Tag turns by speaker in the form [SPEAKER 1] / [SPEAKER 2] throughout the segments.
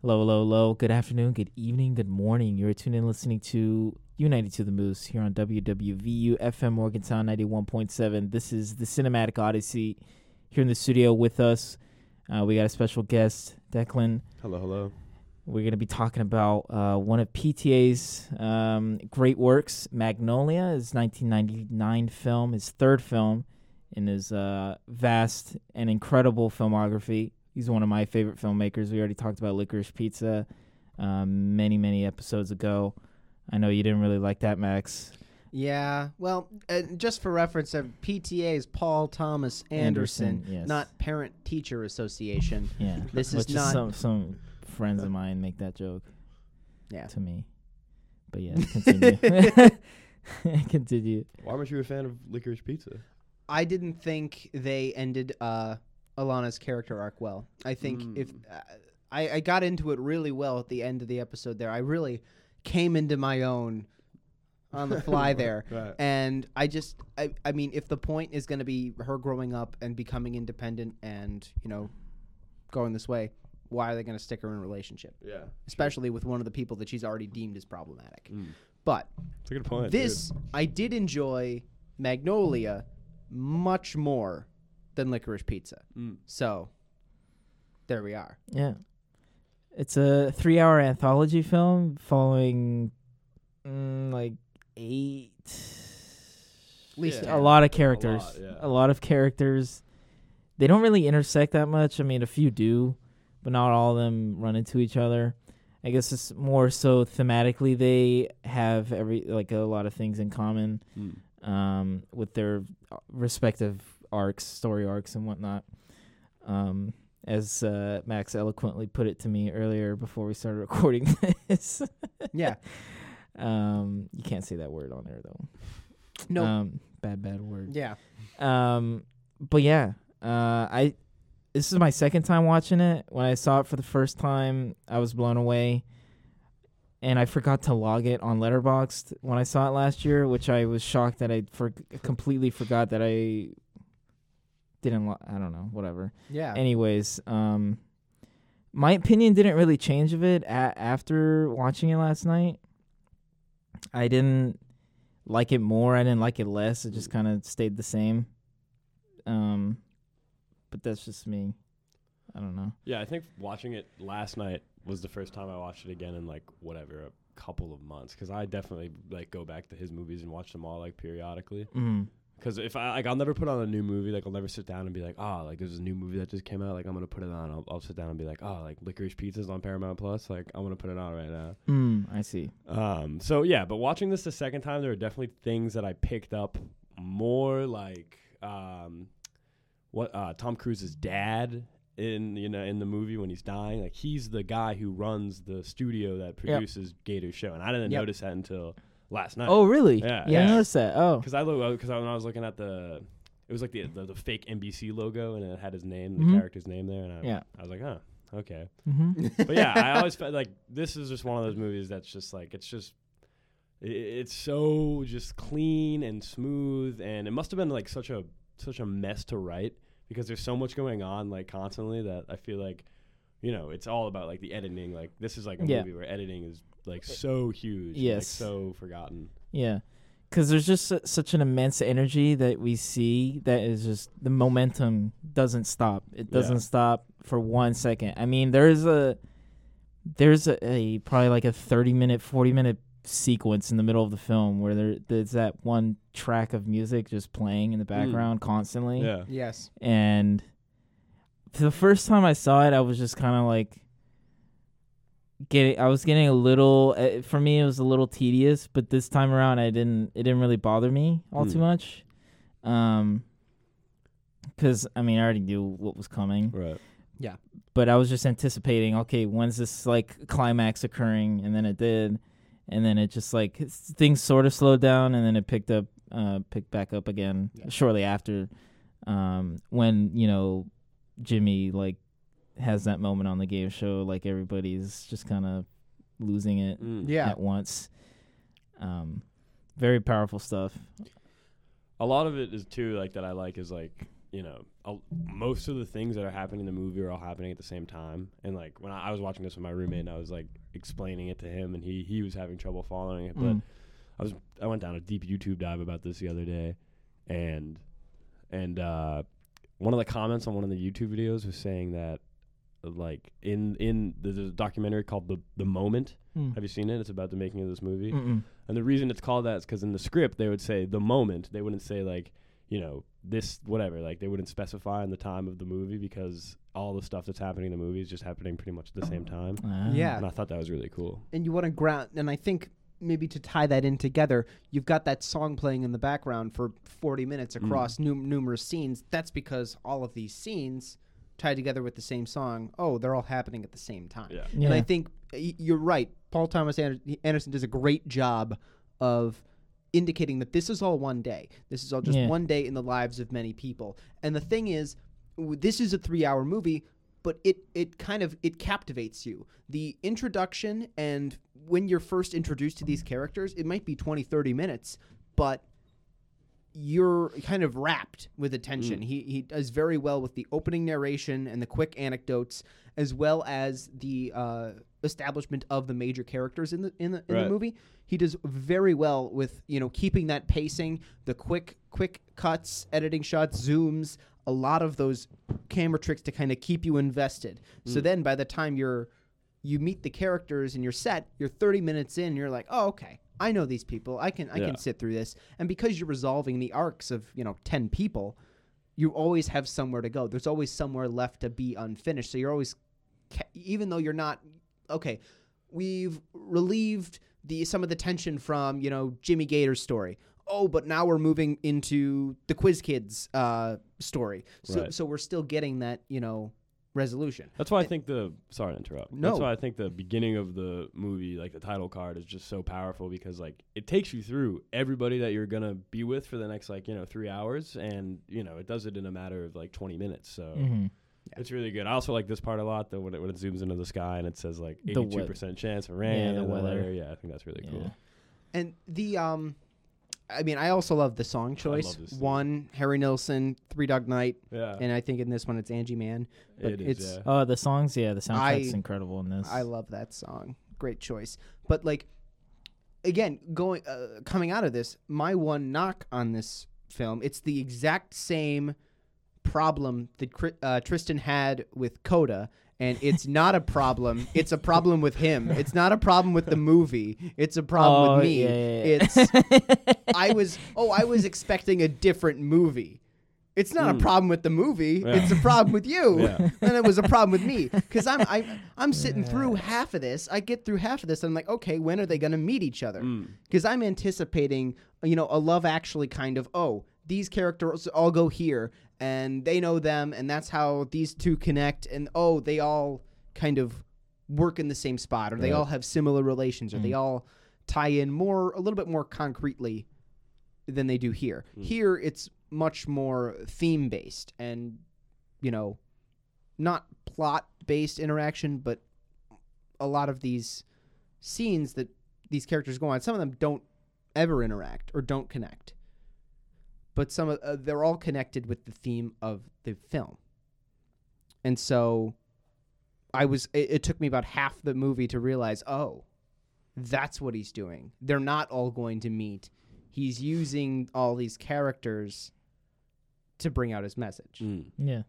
[SPEAKER 1] Hello, hello, hello. Good afternoon, good evening, good morning. You're tuned in listening to United to the Moose here on WWVU FM Morgantown 91.7. This is the Cinematic Odyssey here in the studio with us. Uh, we got a special guest, Declan.
[SPEAKER 2] Hello, hello.
[SPEAKER 1] We're going to be talking about uh, one of PTA's um, great works, Magnolia, his 1999 film, his third film in his uh, vast and incredible filmography. He's one of my favorite filmmakers. We already talked about Licorice Pizza um, many, many episodes ago. I know you didn't really like that, Max.
[SPEAKER 3] Yeah. Well, uh, just for reference, uh, PTA is Paul Thomas Anderson,
[SPEAKER 1] Anderson, yes.
[SPEAKER 3] not Parent Teacher Association.
[SPEAKER 1] Yeah,
[SPEAKER 3] This is
[SPEAKER 1] Which
[SPEAKER 3] not- Uh,
[SPEAKER 1] some some friends of mine make that joke.
[SPEAKER 3] Yeah.
[SPEAKER 1] to me, but yeah, continue. continue.
[SPEAKER 2] Why weren't you a fan of licorice pizza?
[SPEAKER 3] I didn't think they ended uh, Alana's character arc well. I think if uh, I, I got into it really well at the end of the episode there, I really came into my own on the fly there.
[SPEAKER 2] Right.
[SPEAKER 3] And I just, I, I mean, if the point is going to be her growing up and becoming independent and, you know, going this way, why are they going to stick her in a relationship?
[SPEAKER 2] Yeah,
[SPEAKER 3] especially with one of the people that she's already deemed as problematic. But
[SPEAKER 2] it's a good point.
[SPEAKER 3] this, I did enjoy Magnolia much more than Licorice Pizza.
[SPEAKER 2] Mm,
[SPEAKER 3] So there we are.
[SPEAKER 1] Yeah, it's a three-hour anthology film following mm, like eight,
[SPEAKER 3] At least
[SPEAKER 2] Yeah.
[SPEAKER 1] a lot of
[SPEAKER 2] lot,
[SPEAKER 1] characters,
[SPEAKER 2] yeah.
[SPEAKER 1] a lot of characters. They don't really intersect that much. I mean, a few do, but not all of them run into each other. I guess it's more so thematically they have every like a lot of things in common
[SPEAKER 2] Mm.
[SPEAKER 1] um, with their respective arcs, story arcs, and whatnot. Um, as uh, Max eloquently put it to me earlier before we started recording this,
[SPEAKER 3] Yeah.
[SPEAKER 1] um, you can't say that word on air though.
[SPEAKER 3] No.
[SPEAKER 1] um, bad bad word.
[SPEAKER 3] yeah.
[SPEAKER 1] Um, but yeah, uh, I this is my second time watching it. When I saw it for the first time, I was blown away, and I forgot to log it on Letterboxd when I saw it last year, which I was shocked that I for- completely forgot that I didn't. Lo- I don't know, whatever.
[SPEAKER 3] Yeah.
[SPEAKER 1] Anyways, um, my opinion didn't really change of it a- after watching it last night. I didn't like it more. I didn't like it less. It just kind of stayed the same. Um, but that's just me. I don't know.
[SPEAKER 2] yeah, I think watching it last night was the first time I watched it again in like whatever a couple of months. Because I definitely like go back to his movies and watch them all like periodically.
[SPEAKER 1] Mm.
[SPEAKER 2] Because if I like, I'll never put on a new movie. Like I'll never sit down and be like, oh, like there's a new movie that just came out. Like I'm gonna put it on. I'll, I'll sit down and be like, oh, like Licorice Pizza's on Paramount Plus. Like I'm gonna put it on right now.
[SPEAKER 1] Mm, I see.
[SPEAKER 2] Um, so yeah, but watching this the second time, there were definitely things that I picked up more, like um, what uh, Tom Cruise's dad in you know in the movie when he's dying, like he's the guy who runs the studio that produces Gator's show, and I didn't
[SPEAKER 3] Yep.
[SPEAKER 2] notice that until last night.
[SPEAKER 1] Oh, really?
[SPEAKER 2] Uh, Yeah,
[SPEAKER 1] I
[SPEAKER 2] yeah.
[SPEAKER 1] noticed that. Oh,
[SPEAKER 2] because I look because when I was looking at the. It was like the, the the fake NBC logo, and it had his name, the
[SPEAKER 1] Mhm.
[SPEAKER 2] character's name there, and I,
[SPEAKER 1] Yeah.
[SPEAKER 2] I was like, huh, okay
[SPEAKER 1] mm-hmm.
[SPEAKER 2] but yeah, I always felt like this is just one of those movies that's just like it's just i- i- it's so just clean and smooth, and it must have been like such a such a mess to write because there's so much going on like constantly that I feel like you know it's all about like the editing. Like this is like a
[SPEAKER 1] Yeah.
[SPEAKER 2] movie where editing is like so huge, and, like,
[SPEAKER 1] Yes.
[SPEAKER 2] so forgotten.
[SPEAKER 1] yeah. Because there's just su- such an immense energy that we see that is just the momentum doesn't stop. It
[SPEAKER 2] Yeah.
[SPEAKER 1] doesn't stop for one second. I mean, there's a there's a, a probably like a 30 minute, 40 minute sequence in the middle of the film where there there's that one track of music just playing in the background constantly.
[SPEAKER 2] Yeah,
[SPEAKER 3] yes.
[SPEAKER 1] and for the first time I saw it, I was just kind of like getting. I was getting a little. eh, For me, it was a little tedious, but this time around, I didn't. It didn't really bother me all too
[SPEAKER 2] Hmm.
[SPEAKER 1] much, um, because I mean, I already knew what was coming,
[SPEAKER 2] right.
[SPEAKER 1] but I was just anticipating. Okay, when's this like climax occurring? And then it did, and then it just like s- things sort of slowed down, and then it picked up, uh, picked back up again
[SPEAKER 2] Yeah.
[SPEAKER 1] shortly after um, when you know Jimmy like has that moment on the game show, like everybody's just kind of losing it
[SPEAKER 2] Mm.
[SPEAKER 3] Yeah.
[SPEAKER 1] at once. Um, very powerful stuff.
[SPEAKER 2] a lot of it is too like that i like is like you know, a, most of the things that are happening in the movie are all happening at the same time. And like when I, I was watching this with my roommate, and I was like explaining it to him, and he he was having trouble following it. But
[SPEAKER 1] Mm.
[SPEAKER 2] I was I went down a deep YouTube dive about this the other day, and and uh, one of the comments on one of the YouTube videos was saying that like in in the, the documentary called the the moment.
[SPEAKER 1] Mm.
[SPEAKER 2] Have you seen it? It's about the making of this movie.
[SPEAKER 1] Mm-mm.
[SPEAKER 2] And the reason it's called that is because in the script they would say the moment. They wouldn't say like you know this whatever. Like they wouldn't specify in the time of the movie because all the stuff that's happening in the movie is just happening pretty much at the same time.
[SPEAKER 1] Ah.
[SPEAKER 3] Yeah.
[SPEAKER 2] And I thought that was really cool.
[SPEAKER 3] and you want to ground and i think maybe to tie that in together you've got that song playing in the background for 40 minutes across num- numerous scenes that's because all of these scenes tied together with the same song oh they're all happening at the same time
[SPEAKER 2] Yeah.
[SPEAKER 1] Yeah.
[SPEAKER 3] and i think y- you're right paul thomas Ander- anderson does a great job of indicating that this is all one day this is all just
[SPEAKER 1] Yeah.
[SPEAKER 3] one day in the lives of many people and the thing is w- this is a three hour movie but it it kind of it captivates you the introduction and when you're first introduced to these characters it might be 20 30 minutes but you're kind of wrapped with attention. He he does very well with the opening narration and the quick anecdotes, as well as the uh, establishment of the major characters in the in the, in
[SPEAKER 2] Right.
[SPEAKER 3] the movie. He does very well with you know keeping that pacing, the quick quick cuts, editing shots, zooms, a lot of those camera tricks to kind of keep you invested. So then by the time you're you meet the characters and you're set, you're 30 minutes in, you're like, oh, okay, I know these people. I can I
[SPEAKER 2] Yeah.
[SPEAKER 3] can sit through this. And because you're resolving the arcs of, you know, 10 people, you always have somewhere to go. There's always somewhere left to be unfinished. So you're always, ca- even though you're not, okay, we've relieved the some of the tension from, you know, Jimmy Gator's story. Oh, but now we're moving into the Quiz Kids uh, story. So,
[SPEAKER 2] Right.
[SPEAKER 3] so we're still getting that, you know, resolution.
[SPEAKER 2] That's why I think the sorry to interrupt.
[SPEAKER 3] No.
[SPEAKER 2] That's why I think the beginning of the movie, like the title card, is just so powerful because like it takes you through everybody that you're gonna be with for the next like you know three hours, and you know it does it in a matter of like 20 minutes. So
[SPEAKER 3] Mm-hmm.
[SPEAKER 1] Mhm.
[SPEAKER 2] it's really good. I also like this part a lot though when it when it zooms into the sky and it says like
[SPEAKER 1] The
[SPEAKER 2] 82
[SPEAKER 1] weather.
[SPEAKER 2] percent chance of rain.
[SPEAKER 1] the
[SPEAKER 2] and
[SPEAKER 1] weather.
[SPEAKER 2] whatever. Yeah, I think that's really cool.
[SPEAKER 3] And the um, I mean, I also love the song Uh, choice.
[SPEAKER 2] this thing.
[SPEAKER 3] One Harry Nilsson, Three Dog Night,
[SPEAKER 2] Yeah,
[SPEAKER 3] and I think in this one it's Angie Mann. but
[SPEAKER 2] it is.
[SPEAKER 3] it's-
[SPEAKER 2] yeah.
[SPEAKER 1] Oh, the songs. Yeah, the soundtrack's
[SPEAKER 3] I-
[SPEAKER 1] incredible in this.
[SPEAKER 3] I love that song. Great choice. But like, again, going uh, coming out of this, my one knock on this film, it's the exact same problem that Cri- uh, Tristan had with Coda. And it's not a problem. It's a problem with him. It's not a problem with the movie. It's a problem
[SPEAKER 1] Oh,
[SPEAKER 3] with me.
[SPEAKER 1] yeah, yeah, yeah.
[SPEAKER 3] It's I was oh, I was expecting a different movie. It's not a problem with the movie.
[SPEAKER 2] Hmm. Yeah.
[SPEAKER 3] It's a problem with you.
[SPEAKER 2] Yeah.
[SPEAKER 3] And it was a problem with me because I'm I, I'm sitting through half of this. I get through half of this. And I'm like, okay, when are they going to meet each other?
[SPEAKER 2] Mm,
[SPEAKER 3] Because I'm anticipating, you know, a Love Actually kind of oh, these characters all go here, and they know them, and that's how these two connect, and oh, they all kind of work in the same spot, or they all have similar relations, or they all tie in more a little bit more concretely than they do here. Here it's much more theme based and you know not plot based interaction but a lot of these scenes that these characters go on some of them don't ever interact or don't connect. But some of uh, they're all connected with the theme of the film. And so I was it, it took me about half the movie to realize, "Oh, that's what he's doing. They're not all going to meet. He's using all these characters to bring out his message.
[SPEAKER 2] Mm.
[SPEAKER 1] yeah.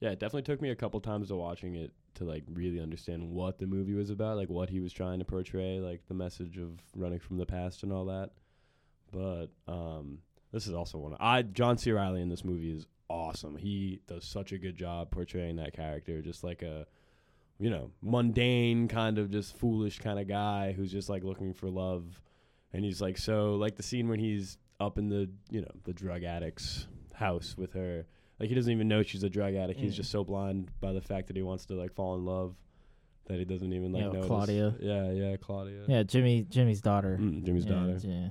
[SPEAKER 2] Yeah, it definitely took me a couple times to watching it to like really understand what the movie was about, like what he was trying to portray, like the message of running from the past and all that. But um this is also one I John C. Riley in this movie is awesome. He does such a good job portraying that character, just like a you know, mundane kind of just foolish kind of guy who's just like looking for love and he's like so like the scene when he's up in the you know, the drug addict's house with her like he doesn't even know she's a drug addict. He's
[SPEAKER 1] Mm.
[SPEAKER 2] just so blind by the fact that he wants to like fall in love that he doesn't even like
[SPEAKER 1] Yeah, with
[SPEAKER 2] know
[SPEAKER 1] Claudia.
[SPEAKER 2] Yeah, yeah, Claudia.
[SPEAKER 1] Yeah, Jimmy, Jimmy's daughter.
[SPEAKER 2] Mm, Jimmy's
[SPEAKER 1] yeah,
[SPEAKER 2] daughter.
[SPEAKER 1] Yeah.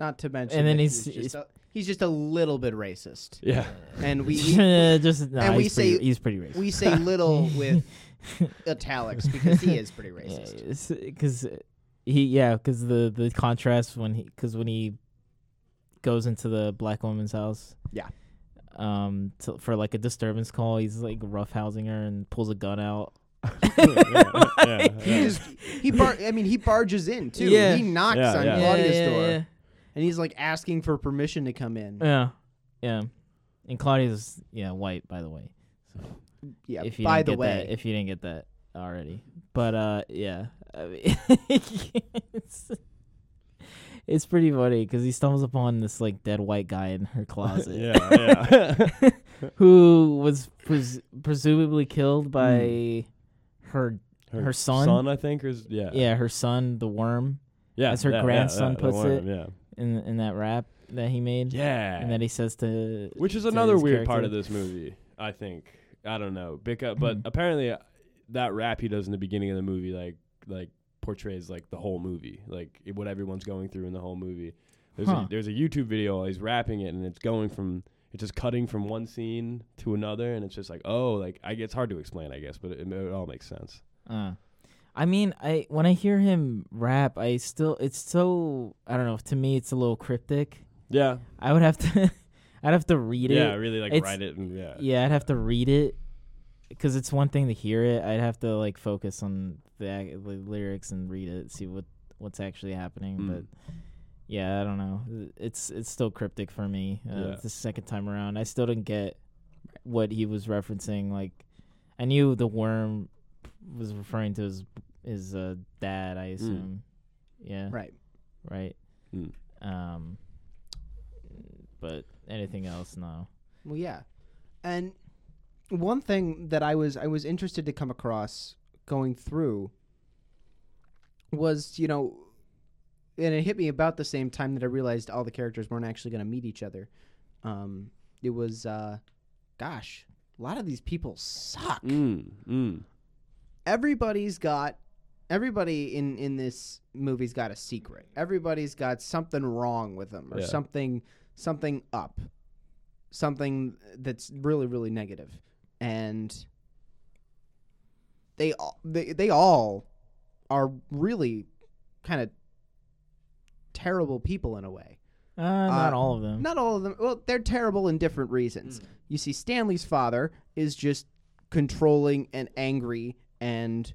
[SPEAKER 3] Not to mention
[SPEAKER 1] And then
[SPEAKER 3] that
[SPEAKER 1] he's-
[SPEAKER 3] he's, just a, he's just a little bit racist.
[SPEAKER 2] Yeah.
[SPEAKER 3] And we
[SPEAKER 1] just nah,
[SPEAKER 3] and we
[SPEAKER 1] he's pretty,
[SPEAKER 3] say-
[SPEAKER 1] he's pretty racist.
[SPEAKER 3] we say little with italics because he is pretty racist.
[SPEAKER 1] because he yeah because the the contrast when he because when he goes into the black woman's house
[SPEAKER 3] Yeah.
[SPEAKER 1] um to, for like a disturbance call. He's like roughhousing her and pulls a gun out.
[SPEAKER 2] yeah, yeah,
[SPEAKER 3] He
[SPEAKER 2] yeah.
[SPEAKER 3] just he bar- I mean he barges in too.
[SPEAKER 1] Yeah.
[SPEAKER 3] He knocks
[SPEAKER 2] Yeah,
[SPEAKER 3] on
[SPEAKER 2] yeah.
[SPEAKER 3] Claudia's
[SPEAKER 1] yeah,
[SPEAKER 3] door
[SPEAKER 1] Yeah, Uh,
[SPEAKER 3] and he's like asking for permission to come in.
[SPEAKER 1] yeah, yeah. And Claudia's yeah white, by the way.
[SPEAKER 3] yeah.
[SPEAKER 1] if you
[SPEAKER 3] By
[SPEAKER 1] didn't
[SPEAKER 3] the
[SPEAKER 1] get
[SPEAKER 3] way,
[SPEAKER 1] that, if you didn't get that already. But uh, yeah, I mean, it's, it's pretty funny because he stumbles upon this like dead white guy in her closet,
[SPEAKER 2] yeah, yeah.
[SPEAKER 1] who was pres- presumably killed by
[SPEAKER 3] Hmm.
[SPEAKER 1] her, her son?
[SPEAKER 2] I think, or is, yeah,
[SPEAKER 1] yeah, her son, the worm,
[SPEAKER 2] yeah,
[SPEAKER 1] as her
[SPEAKER 2] yeah, yeah,
[SPEAKER 1] grandson
[SPEAKER 2] yeah, the
[SPEAKER 1] puts
[SPEAKER 2] worm,
[SPEAKER 1] it.
[SPEAKER 2] Yeah,
[SPEAKER 1] in in that rap that he made,
[SPEAKER 2] yeah.
[SPEAKER 1] and that he says to
[SPEAKER 2] Which is
[SPEAKER 1] to
[SPEAKER 2] another
[SPEAKER 1] his
[SPEAKER 2] weird part
[SPEAKER 1] character.
[SPEAKER 2] of this movie, I think. I don't know, because, but apparently uh, that rap he does in the beginning of the movie, like like portrays like the whole movie, like i- what everyone's going through in the whole movie. There's
[SPEAKER 1] Huh.
[SPEAKER 2] a, there's a YouTube video. He's rapping it, and it's going from it's just cutting from one scene to another, and it's just like oh, like I, it's hard to explain, I guess, but it, it all makes sense.
[SPEAKER 1] Uh, I mean, I when I hear him rap, I still it's so I don't know. To me, it's a little cryptic.
[SPEAKER 2] Yeah,
[SPEAKER 1] I would have to, I'd have to read
[SPEAKER 2] yeah,
[SPEAKER 1] it.
[SPEAKER 2] really like
[SPEAKER 1] it's-
[SPEAKER 2] write it, and yeah,
[SPEAKER 1] Yeah, I'd have to read it because it's one thing to hear it. I'd have to like focus on the, ac- the lyrics and read it, see what what's actually happening.
[SPEAKER 2] Mm.
[SPEAKER 1] But yeah, I don't know. It's it's still cryptic for me. Uh,
[SPEAKER 2] Yeah.
[SPEAKER 1] The second time around, I still didn't get what he was referencing. Like, I knew the worm was referring to his his uh, dad. I assume. Yeah.
[SPEAKER 3] right.
[SPEAKER 1] Right.
[SPEAKER 2] Mm.
[SPEAKER 1] Um. But anything else, no.
[SPEAKER 3] Well, yeah. And one thing that I was I was interested to come across going through was, you know, and it hit me about the same time that I realized all the characters weren't actually going to meet each other. Um, it was, uh, gosh, a lot of these people suck.
[SPEAKER 2] Mm, mm.
[SPEAKER 3] Everybody's got, everybody in in this movie's got a secret. Everybody's got something wrong with them or
[SPEAKER 2] Yeah.
[SPEAKER 3] something something up, something that's really really negative, and they all they, they all are really kind of terrible people in a way.
[SPEAKER 1] Uh, not
[SPEAKER 3] Uh,
[SPEAKER 1] all of them.
[SPEAKER 3] Not all of them. Well, they're terrible in different reasons. You see, Stanley's father is just controlling and angry and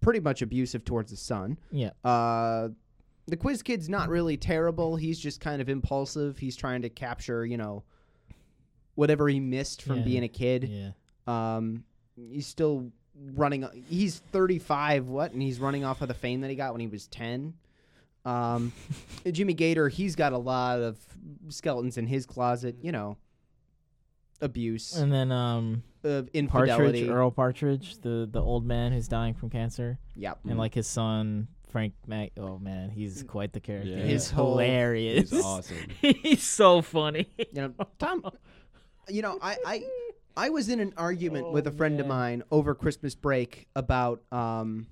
[SPEAKER 3] pretty much abusive towards his son.
[SPEAKER 1] Yeah.
[SPEAKER 3] Uh, the quiz kid's not really terrible. He's just kind of impulsive. He's trying to capture, you know, whatever he missed from
[SPEAKER 1] Yeah.
[SPEAKER 3] being a kid.
[SPEAKER 1] Yeah.
[SPEAKER 3] Um, he's still running. He's 35, what? And he's running off of the fame that he got when he was 10. Um, Jimmy Gator, he's got a lot of skeletons in his closet, you know, abuse,
[SPEAKER 1] And then um
[SPEAKER 3] of
[SPEAKER 1] Partridge,
[SPEAKER 3] infidelity.
[SPEAKER 1] Earl Partridge, the the old man who's dying from cancer,
[SPEAKER 3] Yep.
[SPEAKER 1] and like his son Frank Mac. Oh man, he's quite the character.
[SPEAKER 2] Yeah.
[SPEAKER 1] He's
[SPEAKER 3] His whole-
[SPEAKER 1] hilarious.
[SPEAKER 2] It's awesome.
[SPEAKER 1] he's so funny.
[SPEAKER 3] you know, Tom. You know, I I, I was in an argument
[SPEAKER 1] Oh,
[SPEAKER 3] with a friend of mine over Christmas break about um.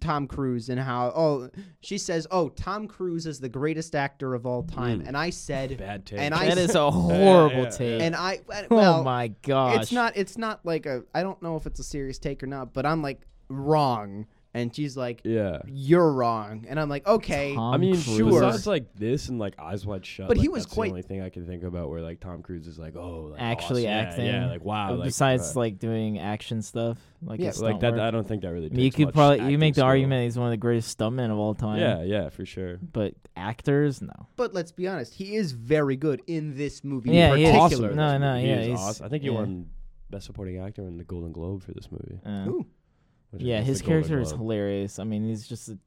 [SPEAKER 3] Tom Cruise and how oh she says oh Tom Cruise is the greatest actor of all time
[SPEAKER 2] Mm.
[SPEAKER 3] and I said
[SPEAKER 2] Bad take.
[SPEAKER 3] And I
[SPEAKER 1] that
[SPEAKER 3] s-
[SPEAKER 1] is a horrible
[SPEAKER 2] yeah,
[SPEAKER 1] take.
[SPEAKER 3] and I and-
[SPEAKER 1] oh
[SPEAKER 3] well
[SPEAKER 1] my gosh.
[SPEAKER 3] it's not it's not like a I don't know if it's a serious take or not but I'm like wrong and she's like
[SPEAKER 2] yeah.
[SPEAKER 3] you're wrong and I'm like okay
[SPEAKER 1] Tom
[SPEAKER 2] I mean,
[SPEAKER 1] Cruise.
[SPEAKER 2] sure. Besides like this and like Eyes Wide Shut,
[SPEAKER 3] But he
[SPEAKER 2] like,
[SPEAKER 3] was
[SPEAKER 2] that's
[SPEAKER 3] quite-
[SPEAKER 2] the only thing I can think about where like Tom Cruise is like, oh, like,
[SPEAKER 1] Actually
[SPEAKER 2] awesome.
[SPEAKER 1] acting.
[SPEAKER 2] yeah, yeah, like wow, like,
[SPEAKER 1] Besides
[SPEAKER 2] uh,
[SPEAKER 1] like doing action stuff, like
[SPEAKER 3] Yeah,
[SPEAKER 1] his
[SPEAKER 2] like
[SPEAKER 1] stunt
[SPEAKER 2] that,
[SPEAKER 1] work.
[SPEAKER 2] I don't think that really.
[SPEAKER 1] I mean, you
[SPEAKER 2] takes
[SPEAKER 1] could
[SPEAKER 2] much
[SPEAKER 1] probably you
[SPEAKER 2] acting
[SPEAKER 1] make the
[SPEAKER 2] skill.
[SPEAKER 1] argument he's one of the greatest stuntmen of all time.
[SPEAKER 2] Yeah, yeah, for sure.
[SPEAKER 1] But actors, no.
[SPEAKER 3] but let's be honest he is very good in this movie
[SPEAKER 1] Yeah,
[SPEAKER 3] in
[SPEAKER 1] he is.
[SPEAKER 3] particular
[SPEAKER 1] Awesome. No,
[SPEAKER 2] This
[SPEAKER 1] no,
[SPEAKER 2] movie
[SPEAKER 1] Uh, yeah,
[SPEAKER 2] is
[SPEAKER 1] he's-
[SPEAKER 2] awesome. I think he
[SPEAKER 1] yeah.
[SPEAKER 2] won Best Supporting Actor in the Golden Globe for this movie.
[SPEAKER 1] Uh,
[SPEAKER 3] Ooh.
[SPEAKER 2] which
[SPEAKER 1] Yeah,
[SPEAKER 2] is
[SPEAKER 1] his
[SPEAKER 2] the Golden
[SPEAKER 1] character is
[SPEAKER 2] Globe.
[SPEAKER 1] hilarious. I mean, he's just a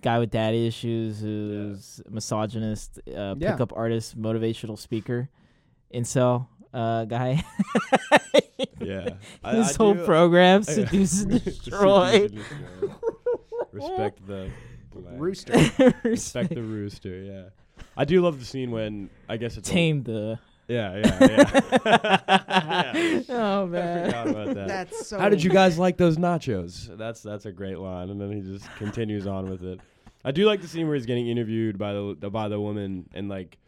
[SPEAKER 1] guy with daddy issues who's a misogynist, uh,
[SPEAKER 3] Yeah.
[SPEAKER 1] pickup artist, motivational speaker, incel uh, guy.
[SPEAKER 2] Yeah, I-
[SPEAKER 1] his
[SPEAKER 2] I
[SPEAKER 1] whole
[SPEAKER 2] do- uh,
[SPEAKER 1] program,
[SPEAKER 2] I-
[SPEAKER 1] seduce and
[SPEAKER 2] Seduce
[SPEAKER 1] destroy.
[SPEAKER 2] and Destroy. Respect the black.
[SPEAKER 3] rooster
[SPEAKER 2] Respect the rooster. Yeah, I do love the scene when I guess it's a-
[SPEAKER 1] Tame the.
[SPEAKER 2] Yeah, yeah, yeah.
[SPEAKER 1] Oh
[SPEAKER 2] I
[SPEAKER 1] man.
[SPEAKER 2] forgot about that.
[SPEAKER 3] that's so
[SPEAKER 2] How did you guys like those nachos? That's that's a great line, and then he just continues on with it. I do like the scene where he's getting interviewed by the by the woman, and like,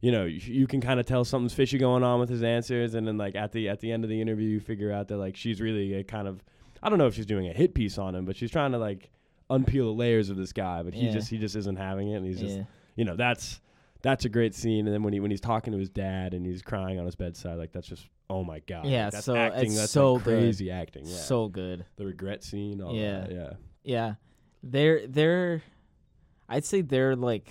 [SPEAKER 2] you know, you, you can kind of tell something's fishy going on with his answers, and then like at the at the end of the interview, you figure out that like she's really a kind of, I don't know if she's doing a hit piece on him, but she's trying to like unpeel the layers of this guy, but he
[SPEAKER 1] Yeah.
[SPEAKER 2] just he just isn't having it, and he's just
[SPEAKER 1] Yeah.
[SPEAKER 2] you know that's that's a great scene. And then when he when he's talking to his dad and he's crying on his bedside, like that's just oh my god.
[SPEAKER 1] Yeah,
[SPEAKER 2] like, that's
[SPEAKER 1] so
[SPEAKER 2] acting.
[SPEAKER 1] it's
[SPEAKER 2] that's
[SPEAKER 1] so
[SPEAKER 2] like
[SPEAKER 1] good.
[SPEAKER 2] crazy acting. Yeah.
[SPEAKER 1] So good.
[SPEAKER 2] the regret scene. All
[SPEAKER 1] Yeah.
[SPEAKER 2] that, yeah.
[SPEAKER 1] Yeah. They're they're I'd say they're like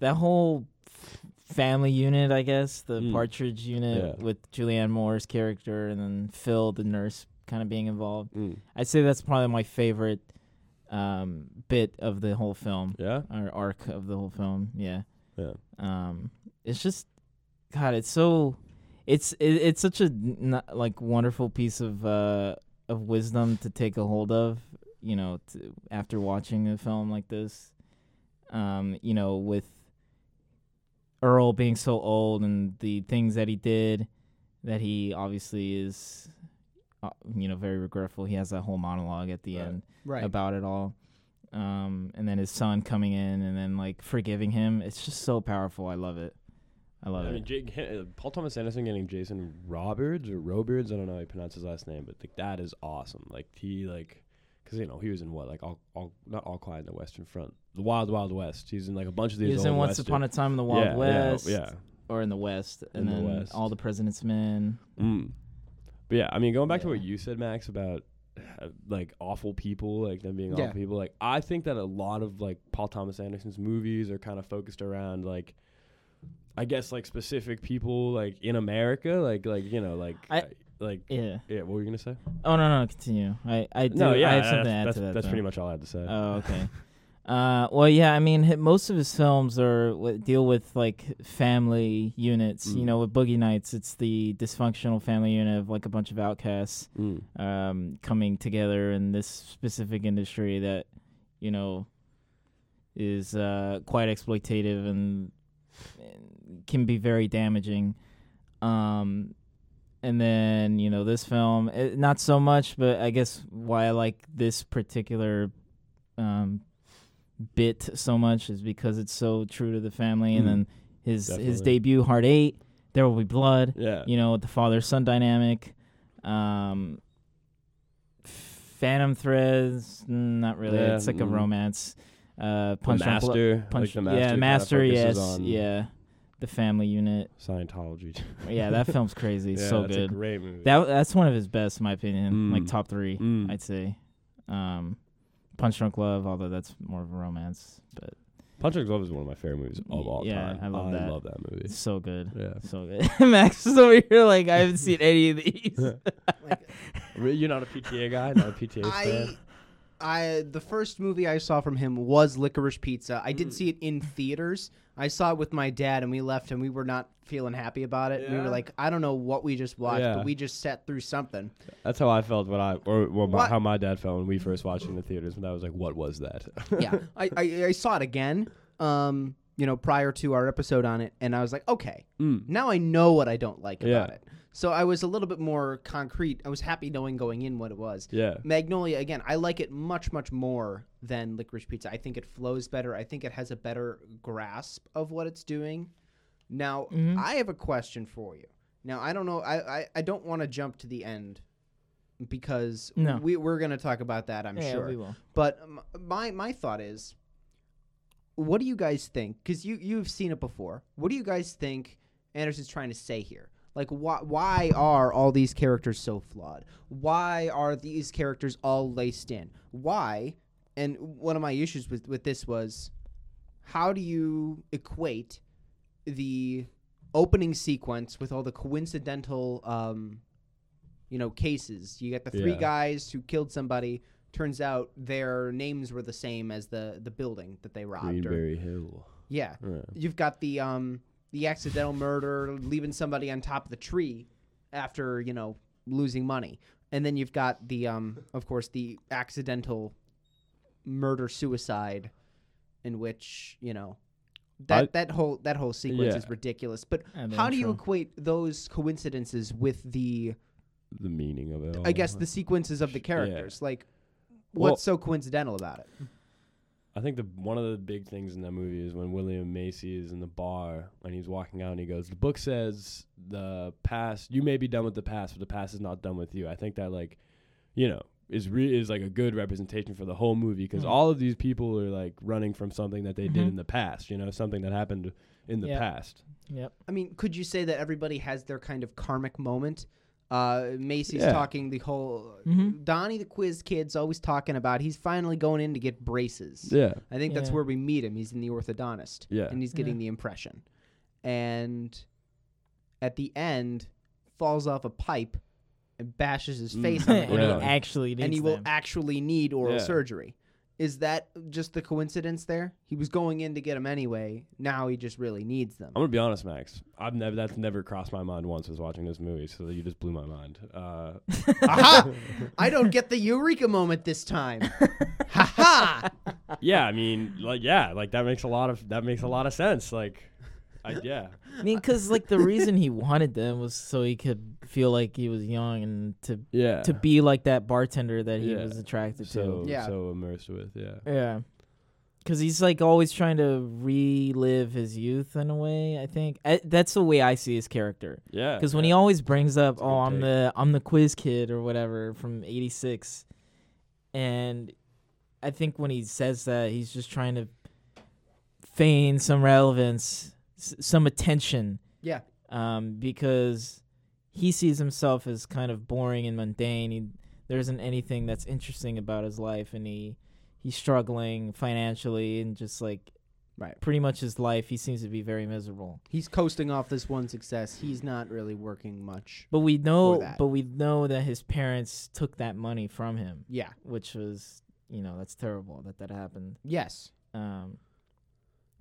[SPEAKER 1] that whole f- family unit, I guess, the
[SPEAKER 2] Mm.
[SPEAKER 1] Partridge unit
[SPEAKER 2] Yeah.
[SPEAKER 1] with Julianne Moore's character and then Phil the nurse kind of being involved.
[SPEAKER 2] Mm.
[SPEAKER 1] I'd say that's probably my favorite um bit of the whole film
[SPEAKER 2] Yeah.
[SPEAKER 1] or arc of the whole film. Yeah.
[SPEAKER 2] Yeah.
[SPEAKER 1] Um it's just god, it's so it's it, it's such a n- n- like wonderful piece of uh of wisdom to take a hold of, you know, to, after watching a film like this. Um, you know, with Earl being so old and the things that he did that he obviously is uh, you know very regretful. He has that whole monologue at the
[SPEAKER 2] Right.
[SPEAKER 1] end
[SPEAKER 3] Right.
[SPEAKER 1] about it all. Um, and then his son coming in and then like forgiving him. It's just so powerful. I love it. I love
[SPEAKER 2] I
[SPEAKER 1] it.
[SPEAKER 2] mean, Jake, uh, Paul Thomas Anderson getting Jason Roberts or Roberts. I don't know how you pronounce his last name, but like that is awesome. Like he like, because you know he was in what like all all not all quiet in the Western Front, the Wild Wild West. He's in like a bunch of these.
[SPEAKER 1] he was in
[SPEAKER 2] old
[SPEAKER 1] Once
[SPEAKER 2] Western-
[SPEAKER 1] Upon a Time in the Wild
[SPEAKER 2] yeah, oh,
[SPEAKER 1] West,
[SPEAKER 2] Yeah, yeah.
[SPEAKER 1] or in the West, and
[SPEAKER 2] In the
[SPEAKER 1] then
[SPEAKER 2] West.
[SPEAKER 1] All the President's Men.
[SPEAKER 2] Mm. But yeah, I mean, going back to what
[SPEAKER 1] Yeah.
[SPEAKER 2] you said, Max, about uh, like awful people, like them being
[SPEAKER 3] Yeah.
[SPEAKER 2] awful people. Like I think that a lot of like Paul Thomas Anderson's movies are kind of focused around like, I guess like specific people like in America, like like you know like
[SPEAKER 1] I-
[SPEAKER 2] uh, like
[SPEAKER 1] Yeah.
[SPEAKER 2] yeah. What were you gonna say?
[SPEAKER 1] Oh no no continue. I I do.
[SPEAKER 2] no, yeah,
[SPEAKER 1] I have
[SPEAKER 2] that's,
[SPEAKER 1] something to add
[SPEAKER 2] that's,
[SPEAKER 1] to that.
[SPEAKER 2] that's
[SPEAKER 1] though.
[SPEAKER 2] pretty much all I had to say.
[SPEAKER 1] Oh, okay. uh, well, yeah. I mean, hi- most of his films are wi- deal with like family units. You
[SPEAKER 2] Mm.
[SPEAKER 1] know, with Boogie Nights, it's the dysfunctional family unit of like a bunch of outcasts
[SPEAKER 2] Mm.
[SPEAKER 1] um, coming together in this specific industry that you know is uh, quite exploitative and, and can be very damaging. Um, and then you know this film, eh, not so much, but I guess why I like this particular um, bit so much is because it's so true to the family.
[SPEAKER 2] Mm.
[SPEAKER 1] And then his his
[SPEAKER 2] Definitely.
[SPEAKER 1] debut, Heart Eight, There Will Be Blood
[SPEAKER 2] Yeah.
[SPEAKER 1] you know, with the father son dynamic. Um, Phantom Threads, mm, not really.
[SPEAKER 2] Yeah,
[SPEAKER 1] it's like a
[SPEAKER 2] mm.
[SPEAKER 1] romance. Uh,
[SPEAKER 2] The
[SPEAKER 1] punch Drunk Lo-
[SPEAKER 2] master, like
[SPEAKER 1] punch,
[SPEAKER 2] the master
[SPEAKER 1] yeah,
[SPEAKER 2] kinda
[SPEAKER 1] master,
[SPEAKER 2] focuses
[SPEAKER 1] yes,
[SPEAKER 2] on
[SPEAKER 1] yeah, the family unit.
[SPEAKER 2] Scientology.
[SPEAKER 1] Yeah, that film's crazy.
[SPEAKER 2] yeah,
[SPEAKER 1] so
[SPEAKER 2] that's
[SPEAKER 1] good.
[SPEAKER 2] A great movie.
[SPEAKER 1] That that's one of his best, in my opinion. Like
[SPEAKER 2] Mm.
[SPEAKER 1] top three,
[SPEAKER 2] Mm.
[SPEAKER 1] I'd say. Um, Punch Drunk Love, although that's more of a romance, but
[SPEAKER 2] Punch Drunk Love is one of my favorite movies of all
[SPEAKER 1] Yeah,
[SPEAKER 2] time.
[SPEAKER 1] I love that.
[SPEAKER 2] love that movie.
[SPEAKER 1] it's so good.
[SPEAKER 2] Yeah.
[SPEAKER 1] So good. Max is over here like I haven't seen any of these.
[SPEAKER 2] Really, You're not a PTA guy, not a PTA
[SPEAKER 3] I,
[SPEAKER 2] fan.
[SPEAKER 3] I the first movie I saw from him was Licorice Pizza. I
[SPEAKER 2] Mm.
[SPEAKER 3] did see it in theaters. I saw it with my dad, and we left, and we were not feeling happy about it. We
[SPEAKER 2] Yeah.
[SPEAKER 3] were like, I don't know what we just watched,
[SPEAKER 2] Yeah.
[SPEAKER 3] but we just sat through something.
[SPEAKER 2] That's how I felt when I, or well, my,
[SPEAKER 3] What?
[SPEAKER 2] how my dad felt when we first watched it in the theaters, and I was like, "What was that?"
[SPEAKER 3] yeah, I, I I saw it again. Um, you know, prior to our episode on it, and I was like, okay,
[SPEAKER 2] Mm.
[SPEAKER 3] now I know what I don't like about
[SPEAKER 2] Yeah.
[SPEAKER 3] it. So I was a little bit more concrete. I was happy knowing going in what it was.
[SPEAKER 2] yeah,
[SPEAKER 3] Magnolia again, I like it much much more than Licorice Pizza. I think it flows better. I think it has a better grasp of what it's doing. Now,
[SPEAKER 1] Mhm.
[SPEAKER 3] I have a question for you. Now, I don't know. I I, I don't want to jump to the end because
[SPEAKER 1] No.
[SPEAKER 3] we we're going to talk about that. I'm
[SPEAKER 1] yeah,
[SPEAKER 3] sure.
[SPEAKER 1] we will.
[SPEAKER 3] But um, my my thought is, what do you guys think? Because you you've seen it before. What do you guys think Anderson's trying to say here? Like, why why are all these characters so flawed? Why are these characters all laced in? Why? And one of my issues with with this was, how do you equate the opening sequence with all the coincidental um you know cases you got the three
[SPEAKER 2] Yeah.
[SPEAKER 3] guys who killed somebody turns out their names were the same as the the building that they robbed or,
[SPEAKER 2] Greenberry Hill.
[SPEAKER 3] yeah
[SPEAKER 2] Yeah.
[SPEAKER 3] you've got the um the accidental murder leaving somebody on top of the tree after you know losing money and then you've got the um of course the accidental murder suicide in which you know that
[SPEAKER 2] I-
[SPEAKER 3] that whole that whole sequence
[SPEAKER 2] Yeah.
[SPEAKER 3] is ridiculous but
[SPEAKER 1] And the
[SPEAKER 3] how do you
[SPEAKER 1] intro.
[SPEAKER 3] equate those coincidences with the
[SPEAKER 2] The meaning of it. All.
[SPEAKER 3] i guess the sequences of the characters like
[SPEAKER 2] Oh Well-
[SPEAKER 3] what's so coincidental about it
[SPEAKER 2] I think the one of the big things in that movie is when William Macy is in the bar and he's walking out and he goes, "The book says the past. You may be done with the past, but the past is not done with you." I think that like, you know, is re- is like a good representation for the whole movie because all of these people are like running from something that they did
[SPEAKER 1] Mhm.
[SPEAKER 2] in the past, you know, something that happened in the
[SPEAKER 1] Yeah.
[SPEAKER 2] past.
[SPEAKER 1] Yep.
[SPEAKER 3] I mean, could you say that everybody has their kind of karmic moment? Uh, Macy's
[SPEAKER 2] Yeah.
[SPEAKER 3] talking the whole
[SPEAKER 1] Mhm.
[SPEAKER 3] Donnie the Quiz Kid's always talking about. He's finally going in to get braces.
[SPEAKER 2] Yeah,
[SPEAKER 3] I think that's
[SPEAKER 1] Yeah.
[SPEAKER 3] where we meet him. He's in the orthodontist.
[SPEAKER 2] Yeah.
[SPEAKER 3] And he's getting
[SPEAKER 1] Yeah.
[SPEAKER 3] the impression. And at the end, falls off a pipe and bashes his
[SPEAKER 2] Mm.
[SPEAKER 3] face on the
[SPEAKER 1] and
[SPEAKER 2] Yeah.
[SPEAKER 1] he
[SPEAKER 3] ground.
[SPEAKER 1] actually needs
[SPEAKER 3] And he will
[SPEAKER 1] them.
[SPEAKER 3] actually need oral
[SPEAKER 2] Yeah.
[SPEAKER 3] surgery. Is that just the coincidence there? He was going in to get them anyway. Now he just really needs them.
[SPEAKER 2] I'm gonna be honest, Max. I've never that's never crossed my mind once was watching this movie. So you just blew my mind. Uh,
[SPEAKER 3] Aha! I don't get the eureka moment this time. Ha ha!
[SPEAKER 2] yeah, I mean, like yeah, like that makes a lot of that makes a lot of sense. Like, I, yeah,
[SPEAKER 1] I mean, because like the reason he wanted them was so he could feel like he was young and to
[SPEAKER 2] yeah.
[SPEAKER 1] to be like that bartender that he
[SPEAKER 2] Yeah.
[SPEAKER 1] was attracted
[SPEAKER 2] so
[SPEAKER 1] to.
[SPEAKER 3] Yeah.
[SPEAKER 2] so immersed with yeah.
[SPEAKER 1] Yeah. Because he's like always trying to relive his youth in a way. I think I, that's the way I see his character.
[SPEAKER 2] Yeah.
[SPEAKER 1] Because when
[SPEAKER 2] yeah.
[SPEAKER 1] he always brings up,
[SPEAKER 2] a
[SPEAKER 1] "Oh,
[SPEAKER 2] good
[SPEAKER 1] I'm
[SPEAKER 2] take.
[SPEAKER 1] the I'm the quiz kid" or whatever from '86, and I think when he says that, he's just trying to feign some relevance, s- some attention,
[SPEAKER 3] Yeah.
[SPEAKER 1] um, because he sees himself as kind of boring and mundane. He, there isn't anything that's interesting about his life, and he he's struggling financially and just like
[SPEAKER 3] Right.
[SPEAKER 1] pretty much his life. He seems to be very miserable.
[SPEAKER 3] He's coasting off this one success. He's not really working much.
[SPEAKER 1] But we know,
[SPEAKER 3] that.
[SPEAKER 1] but we know that his parents took that money from him,
[SPEAKER 3] Yeah.
[SPEAKER 1] which was, you know, that's terrible that that happened.
[SPEAKER 3] Yes.
[SPEAKER 1] Um,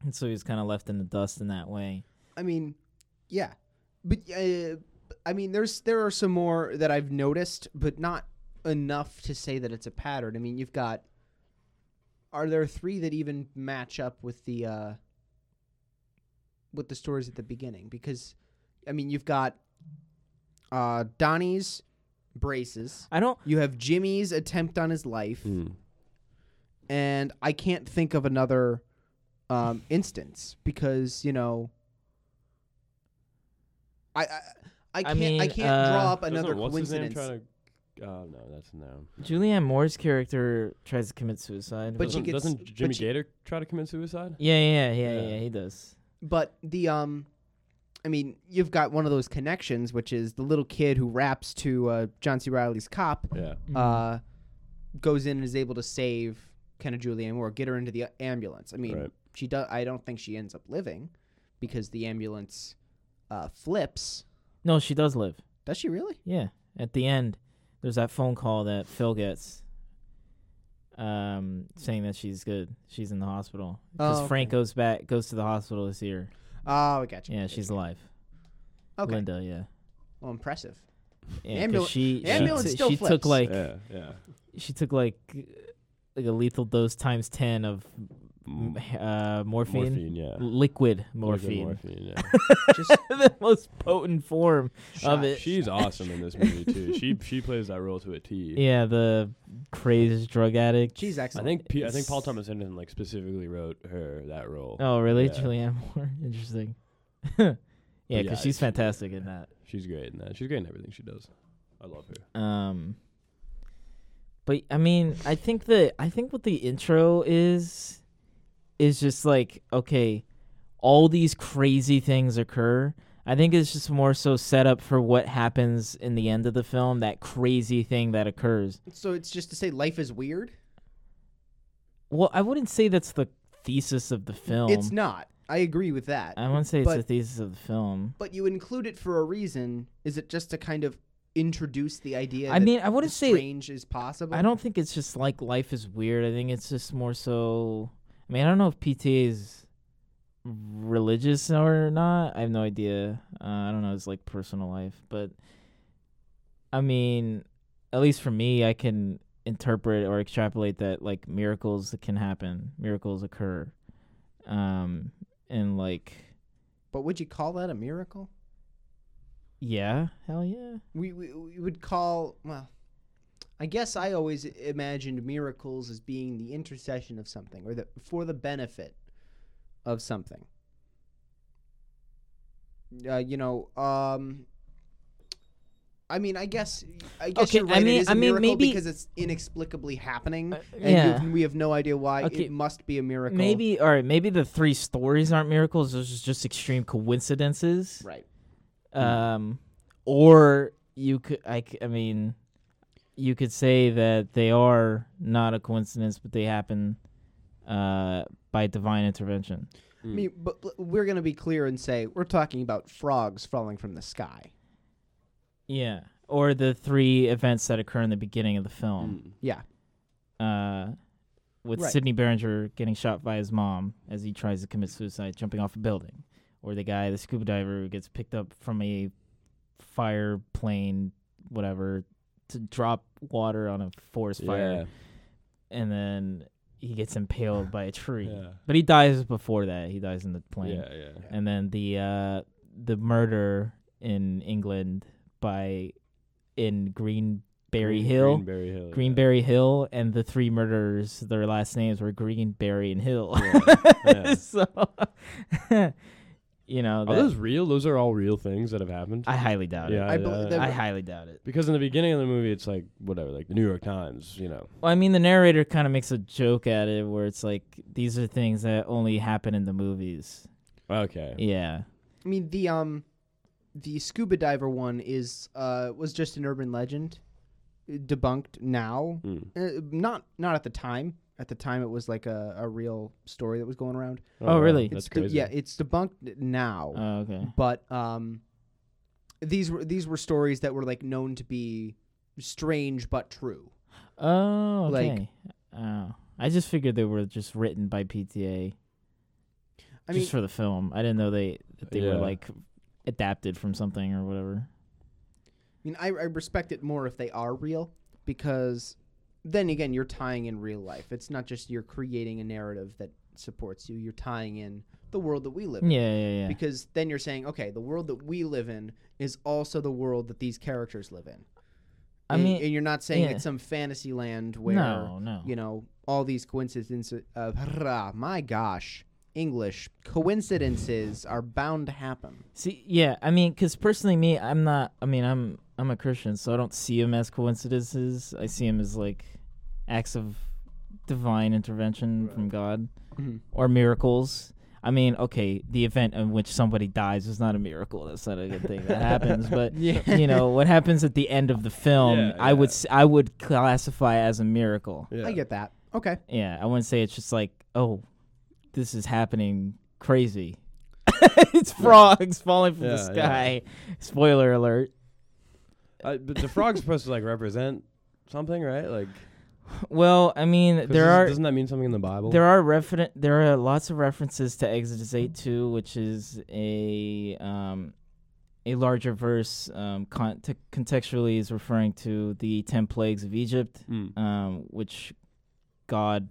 [SPEAKER 1] and so he's kind of left in the dust in that way.
[SPEAKER 3] I mean, yeah, but uh, I mean, there's there are some more that I've noticed, but not enough to say that it's a pattern. I mean, you've got are there three that even match up with the uh, with the stories at the beginning? Because I mean, you've got uh, Donnie's braces.
[SPEAKER 1] I don't.
[SPEAKER 3] You have Jimmy's attempt on his life,
[SPEAKER 2] Mm.
[SPEAKER 3] and I can't think of another um, instance because you know, I I, I
[SPEAKER 1] I
[SPEAKER 3] can't I,
[SPEAKER 1] mean,
[SPEAKER 3] can't
[SPEAKER 1] uh,
[SPEAKER 3] draw up
[SPEAKER 2] Doesn't-
[SPEAKER 3] another
[SPEAKER 2] what's his name
[SPEAKER 3] coincidence.
[SPEAKER 2] try to- Oh no, that's no.
[SPEAKER 1] Julianne Moore's character tries to commit suicide,
[SPEAKER 3] But she
[SPEAKER 2] doesn't,
[SPEAKER 3] gets-
[SPEAKER 2] doesn't
[SPEAKER 3] but
[SPEAKER 2] Jimmy
[SPEAKER 3] she-
[SPEAKER 2] Gator try to commit suicide?
[SPEAKER 1] yeah, yeah, yeah, yeah,
[SPEAKER 2] Yeah.
[SPEAKER 1] yeah, he does.
[SPEAKER 3] But the um, I mean, you've got one of those connections, which is the little kid who raps to uh, John C. Riley's cop,
[SPEAKER 2] Yeah.
[SPEAKER 1] Hmm.
[SPEAKER 3] uh, goes in and is able to save kind of Julianne Moore, get her into the ambulance. I mean,
[SPEAKER 2] Right.
[SPEAKER 3] she does. I don't think she ends up living because the ambulance uh, flips.
[SPEAKER 1] no, she does live.
[SPEAKER 3] Does she really?
[SPEAKER 1] Yeah, at the end, there's that phone call that Phil gets, um, saying that she's good. She's in the hospital because
[SPEAKER 3] Oh, okay.
[SPEAKER 1] Frank goes back, goes to the hospital to see her.
[SPEAKER 3] Oh, I got you.
[SPEAKER 1] Yeah, she's alive.
[SPEAKER 3] okay.
[SPEAKER 1] Linda, yeah.
[SPEAKER 3] Well, impressive.
[SPEAKER 1] Yeah, 'cause
[SPEAKER 3] Ambul-
[SPEAKER 1] she, she,
[SPEAKER 3] ambulance
[SPEAKER 1] t-
[SPEAKER 3] still
[SPEAKER 1] she
[SPEAKER 3] flips.
[SPEAKER 1] took like
[SPEAKER 2] yeah. Yeah.
[SPEAKER 1] she took like uh, like a lethal dose times ten of m-
[SPEAKER 2] Mm,
[SPEAKER 1] uh, morphine,
[SPEAKER 2] Morphine. Yeah.
[SPEAKER 1] liquid
[SPEAKER 2] Liquid
[SPEAKER 1] morphine,
[SPEAKER 2] Morphine. Yeah.
[SPEAKER 3] Just
[SPEAKER 1] the most potent form
[SPEAKER 3] shot.
[SPEAKER 1] of it.
[SPEAKER 2] She's awesome in this movie too. She she plays that role to a T. I
[SPEAKER 1] yeah, the crazed drug addict.
[SPEAKER 3] She's excellent.
[SPEAKER 2] think P- I think Paul Thomas Anderson like specifically wrote her that role.
[SPEAKER 1] Oh, really,
[SPEAKER 2] Yeah.
[SPEAKER 1] Julianne Moore? Interesting. yeah, because
[SPEAKER 2] yeah,
[SPEAKER 1] she's
[SPEAKER 2] she-
[SPEAKER 1] fantastic in that.
[SPEAKER 2] She's great in that. She's great in everything she does. I love her.
[SPEAKER 1] Um, but I mean, I think the I think what the intro is is just like okay, all these crazy things occur. I think it's just more so set up for what happens in the end of the film, that crazy thing that occurs.
[SPEAKER 3] so it's just to say life is weird.
[SPEAKER 1] Well, I wouldn't say that's the thesis of the film.
[SPEAKER 3] It's not. I agree with that.
[SPEAKER 1] I wouldn't say it's
[SPEAKER 3] but-
[SPEAKER 1] the thesis of the film.
[SPEAKER 3] but you include it for a reason. Is it just to kind of introduce the idea?
[SPEAKER 1] I
[SPEAKER 3] that
[SPEAKER 1] mean, I wouldn't say
[SPEAKER 3] strange is possible.
[SPEAKER 1] I don't think it's just like life is weird. I think it's just more so. I mean, I don't know if PTA is religious or not. I have no idea. Uh, I don't know his like personal life, but I mean, at least for me, I can interpret or extrapolate that like miracles can happen, miracles occur, um, and like
[SPEAKER 3] But would you call that a miracle?
[SPEAKER 1] yeah, hell yeah.
[SPEAKER 3] We, we we would call well. I guess I always imagined miracles as being the intercession of something, or the for the benefit of something. Uh, you know, um, I mean, I guess, I guess
[SPEAKER 1] Okay,
[SPEAKER 3] you're
[SPEAKER 1] I
[SPEAKER 3] right.
[SPEAKER 1] mean-
[SPEAKER 3] it is a
[SPEAKER 1] I mean,
[SPEAKER 3] miracle
[SPEAKER 1] maybe-
[SPEAKER 3] because it's inexplicably happening,
[SPEAKER 1] Uh,
[SPEAKER 3] and
[SPEAKER 1] yeah.
[SPEAKER 3] you, we have no idea why.
[SPEAKER 1] Okay,
[SPEAKER 3] It must be a miracle.
[SPEAKER 1] Maybe all right. Maybe the three stories aren't miracles. Those are just extreme coincidences.
[SPEAKER 3] right.
[SPEAKER 1] Um, or you could, I, c- I mean, you could say that they are not a coincidence, but they happen uh, by divine intervention.
[SPEAKER 2] Mm.
[SPEAKER 3] I mean, but, but we're gonna be clear and say we're talking about frogs falling from the sky.
[SPEAKER 1] Yeah. Or the three events that occur in the beginning of the film,
[SPEAKER 2] Mm.
[SPEAKER 3] Yeah.
[SPEAKER 1] uh, with
[SPEAKER 3] Right.
[SPEAKER 1] Sidney Behringer getting shot by his mom as he tries to commit suicide, jumping off a building, or the guy, the scuba diver, who gets picked up from a fire plane, whatever, to drop water on a forest fire.
[SPEAKER 2] Yeah.
[SPEAKER 1] and then he gets impaled by a tree.
[SPEAKER 2] Yeah.
[SPEAKER 1] But he dies before that. He dies in the plane.
[SPEAKER 2] Yeah. Yeah.
[SPEAKER 1] And then the uh, the murder in England by in Greenberry
[SPEAKER 2] Green-
[SPEAKER 1] Hill.
[SPEAKER 2] Greenberry Hill.
[SPEAKER 1] Greenberry Hill and the three murderers, their last names were Greenberry and Hill.
[SPEAKER 2] Yeah. Yeah.
[SPEAKER 1] so, you know,
[SPEAKER 2] Are
[SPEAKER 1] that-
[SPEAKER 2] those real? Those are all real things that have happened.
[SPEAKER 1] I highly doubt
[SPEAKER 2] yeah.
[SPEAKER 1] it.
[SPEAKER 3] I bel-
[SPEAKER 1] I
[SPEAKER 3] the-
[SPEAKER 1] highly doubt it.
[SPEAKER 2] because in the beginning of the movie, it's like whatever, like the New York Times, you know.
[SPEAKER 1] Well, I mean, the narrator kind of makes a joke at it where it's like, these are things that only happen in the movies.
[SPEAKER 2] Okay.
[SPEAKER 1] Yeah.
[SPEAKER 3] I mean the um, the scuba diver one is uh was just an urban legend, uh, debunked now.
[SPEAKER 2] Mm.
[SPEAKER 3] Uh, not not at the time. At the time, it was like a, a real story that was going around.
[SPEAKER 1] Oh,
[SPEAKER 2] wow,
[SPEAKER 1] really?
[SPEAKER 2] That's
[SPEAKER 3] it's de-
[SPEAKER 2] crazy. Uh.
[SPEAKER 3] yeah, it's debunked now.
[SPEAKER 1] Oh, okay.
[SPEAKER 3] but um, these were these were stories that were like known to be strange but true.
[SPEAKER 1] Oh,
[SPEAKER 3] Like-
[SPEAKER 1] okay. oh, I just figured they were just written by PTA
[SPEAKER 3] I
[SPEAKER 1] just
[SPEAKER 3] mean,
[SPEAKER 1] for the film. I didn't know they that they were
[SPEAKER 2] Yeah.
[SPEAKER 1] like adapted from something or whatever.
[SPEAKER 3] I mean, I, I respect it more if they are real because then again, you're tying in real life. It's not just you're creating a narrative that supports you. You're tying in the world that we live in.
[SPEAKER 1] Yeah, yeah, yeah.
[SPEAKER 3] Because then you're saying, okay, the world that we live in is also the world that these characters live in.
[SPEAKER 1] I
[SPEAKER 3] And-
[SPEAKER 1] mean,
[SPEAKER 3] and you're not saying
[SPEAKER 1] yeah.
[SPEAKER 3] it's some fantasy land where
[SPEAKER 1] no, no.
[SPEAKER 3] you know, all these coincidences of rah, my gosh, English coincidences are bound to happen.
[SPEAKER 1] See, yeah, I mean, because personally, me, I'm not. I mean, I'm I'm a Christian, so I don't see them as coincidences. I see them as like acts of divine intervention from God
[SPEAKER 2] Mm-hmm.
[SPEAKER 1] or miracles. I mean, okay, the event in which somebody dies is not a miracle. That's not a good thing that happens, but you know what happens at the end of the film,
[SPEAKER 2] Yeah,
[SPEAKER 1] I would
[SPEAKER 2] yeah.
[SPEAKER 1] s- I would classify as a miracle.
[SPEAKER 2] Yeah.
[SPEAKER 3] I get that. Okay.
[SPEAKER 1] Yeah, I wouldn't say it's just like, oh, this is happening crazy. it's frogs falling from the
[SPEAKER 2] Yeah, yeah.
[SPEAKER 1] sky. Spoiler alert.
[SPEAKER 2] I, but the frog's supposed to like represent something, right? Like
[SPEAKER 1] Well, I mean,
[SPEAKER 2] 'cause
[SPEAKER 1] there
[SPEAKER 2] doesn't-
[SPEAKER 1] are
[SPEAKER 2] Doesn't that mean something in the Bible?
[SPEAKER 1] there are referen there are lots of references to Exodus eight two, which is a um, a larger verse um, con- t- contextually is referring to the ten plagues of Egypt,
[SPEAKER 2] Mm.
[SPEAKER 1] um, which God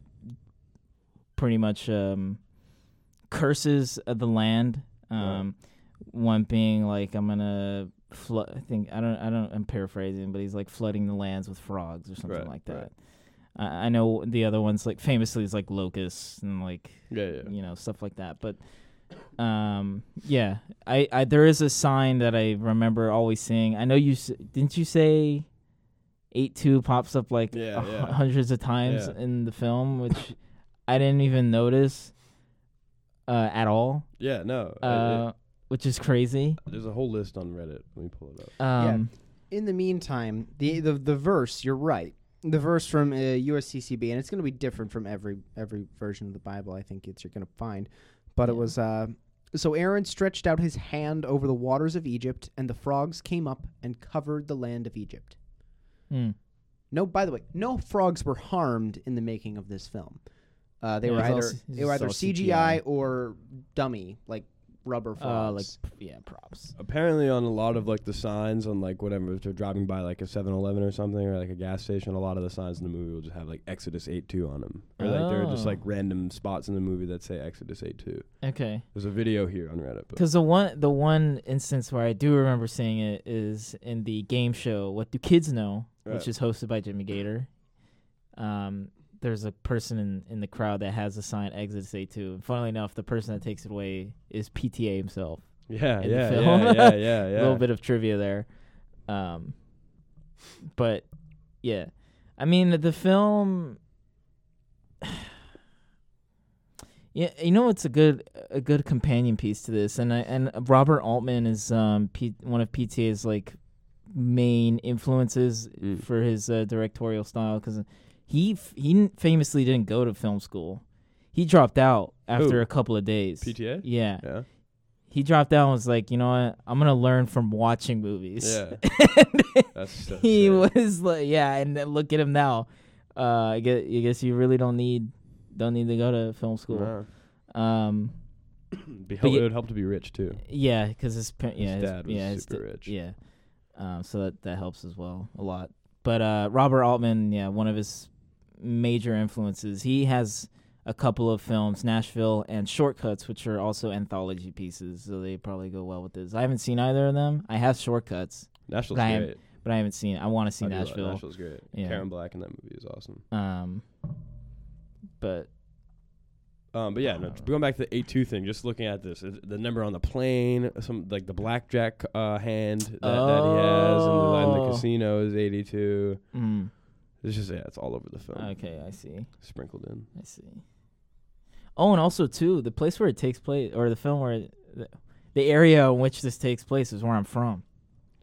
[SPEAKER 1] pretty much um, curses uh, the land. Um, One being like, I'm gonna flood. I think I don't. I don't. I'm paraphrasing, but he's like flooding the lands with frogs or something
[SPEAKER 2] Right,
[SPEAKER 1] like
[SPEAKER 2] right.
[SPEAKER 1] that. I I know the other ones like famously is like locusts and like
[SPEAKER 2] Yeah, yeah.
[SPEAKER 1] you know stuff like that but um yeah I, I there is a sign that i remember always seeing i know you s- didn't you say 8-2 pops up like
[SPEAKER 2] Yeah,
[SPEAKER 1] a hu-
[SPEAKER 2] yeah.
[SPEAKER 1] hundreds of times
[SPEAKER 2] Yeah.
[SPEAKER 1] in the film which i didn't even notice uh at all
[SPEAKER 2] Oh, Yeah, no. I- I-
[SPEAKER 1] uh which is crazy
[SPEAKER 2] there's a whole list on Reddit. Let me pull it up.
[SPEAKER 1] um
[SPEAKER 3] In the meantime, the the, the verse, you're right. The verse from uh, USCCB, and it's going to be different from every every version of the Bible. I think it's you're going to find, but it
[SPEAKER 1] Yeah.
[SPEAKER 3] was. Uh, so Aaron stretched out his hand over the waters of Egypt, and the frogs came up and covered the land of Egypt.
[SPEAKER 1] hmm.
[SPEAKER 3] No, by the way, no frogs were harmed in the making of this film. Uh, they
[SPEAKER 1] Yeah,
[SPEAKER 3] were
[SPEAKER 1] it's all
[SPEAKER 3] either
[SPEAKER 1] c-
[SPEAKER 3] they were
[SPEAKER 1] it's
[SPEAKER 3] either
[SPEAKER 1] all
[SPEAKER 3] CGI,
[SPEAKER 1] CGI.
[SPEAKER 3] or dummy, like rubber
[SPEAKER 1] uh like
[SPEAKER 3] frogs.
[SPEAKER 1] p- yeah props
[SPEAKER 2] Apparently, on a lot of like the signs on like whatever, if they're driving by like a 7-Eleven or something or like a gas station, a lot of the signs in the movie will just have like Exodus 8-2 on them, or like there are just
[SPEAKER 1] Oh.
[SPEAKER 2] like random spots in the movie that say Exodus 8-2.
[SPEAKER 1] okay
[SPEAKER 2] There's a video here on Reddit. But
[SPEAKER 1] Because the one the one instance where I do remember seeing it is in the game show What Do Kids Know,
[SPEAKER 2] Right.
[SPEAKER 1] which is hosted by Jimmy Gator. Um, there's a person in, in the crowd that has a sign Exodus A2. And funnily enough, the person that takes it away is PTA himself.
[SPEAKER 2] yeah,
[SPEAKER 1] in the
[SPEAKER 2] yeah,
[SPEAKER 1] film.
[SPEAKER 2] yeah, yeah, yeah, yeah.
[SPEAKER 1] A little bit of trivia there. Um, but yeah, I mean the film. Yeah, you know it's a good a good companion piece to this, and I, and Robert Altman is um P, one of PTA's like main influences
[SPEAKER 2] Mm.
[SPEAKER 1] for his uh, directorial style because he f- he n- famously didn't go to film school, he dropped out after
[SPEAKER 2] Who?
[SPEAKER 1] a couple of days.
[SPEAKER 2] PTA?
[SPEAKER 1] Yeah,
[SPEAKER 2] Yeah.
[SPEAKER 1] he dropped out and was like, you know what, I'm gonna learn from watching movies.
[SPEAKER 2] Yeah. That's, that's
[SPEAKER 1] he
[SPEAKER 2] it.
[SPEAKER 1] was like, yeah, and then look at him now. Uh, I guess, I guess you really don't need don't need to go to film school.
[SPEAKER 2] Nah.
[SPEAKER 1] Um,
[SPEAKER 2] Be help,
[SPEAKER 1] But
[SPEAKER 2] it
[SPEAKER 1] y-
[SPEAKER 2] would help to be rich too.
[SPEAKER 1] yeah, because his par- yeah,
[SPEAKER 2] his dad was
[SPEAKER 1] yeah, his
[SPEAKER 2] super
[SPEAKER 1] da-
[SPEAKER 2] rich.
[SPEAKER 1] yeah. Um, so that that helps as well a lot. But uh, Robert Altman, yeah, one of his major influences. He has a couple of films, Nashville and Shortcuts, which are also anthology pieces, so they probably go well with this. I haven't seen either of them. I have Shortcuts,
[SPEAKER 2] Nashville's
[SPEAKER 1] But I am-
[SPEAKER 2] great.
[SPEAKER 1] but I haven't seen. I want to see
[SPEAKER 2] I do like-
[SPEAKER 1] Nashville.
[SPEAKER 2] Nashville's great.
[SPEAKER 1] Yeah.
[SPEAKER 2] Karen Black in that movie is awesome.
[SPEAKER 1] Um, but
[SPEAKER 2] Um, but yeah, no,
[SPEAKER 1] Uh,
[SPEAKER 2] going back to the A two thing, just looking at this, it- the number on the plane, some like the blackjack uh, hand that, that he has, and the, and the
[SPEAKER 1] Oh.
[SPEAKER 2] casino is eighty two.
[SPEAKER 1] mm,
[SPEAKER 2] It's just yeah, it's all over the film,
[SPEAKER 1] okay, I see.
[SPEAKER 2] sprinkled in.
[SPEAKER 1] I see. Oh, and also too, the place where it takes place, or the film where it, the, the area in which this takes place is where I'm from,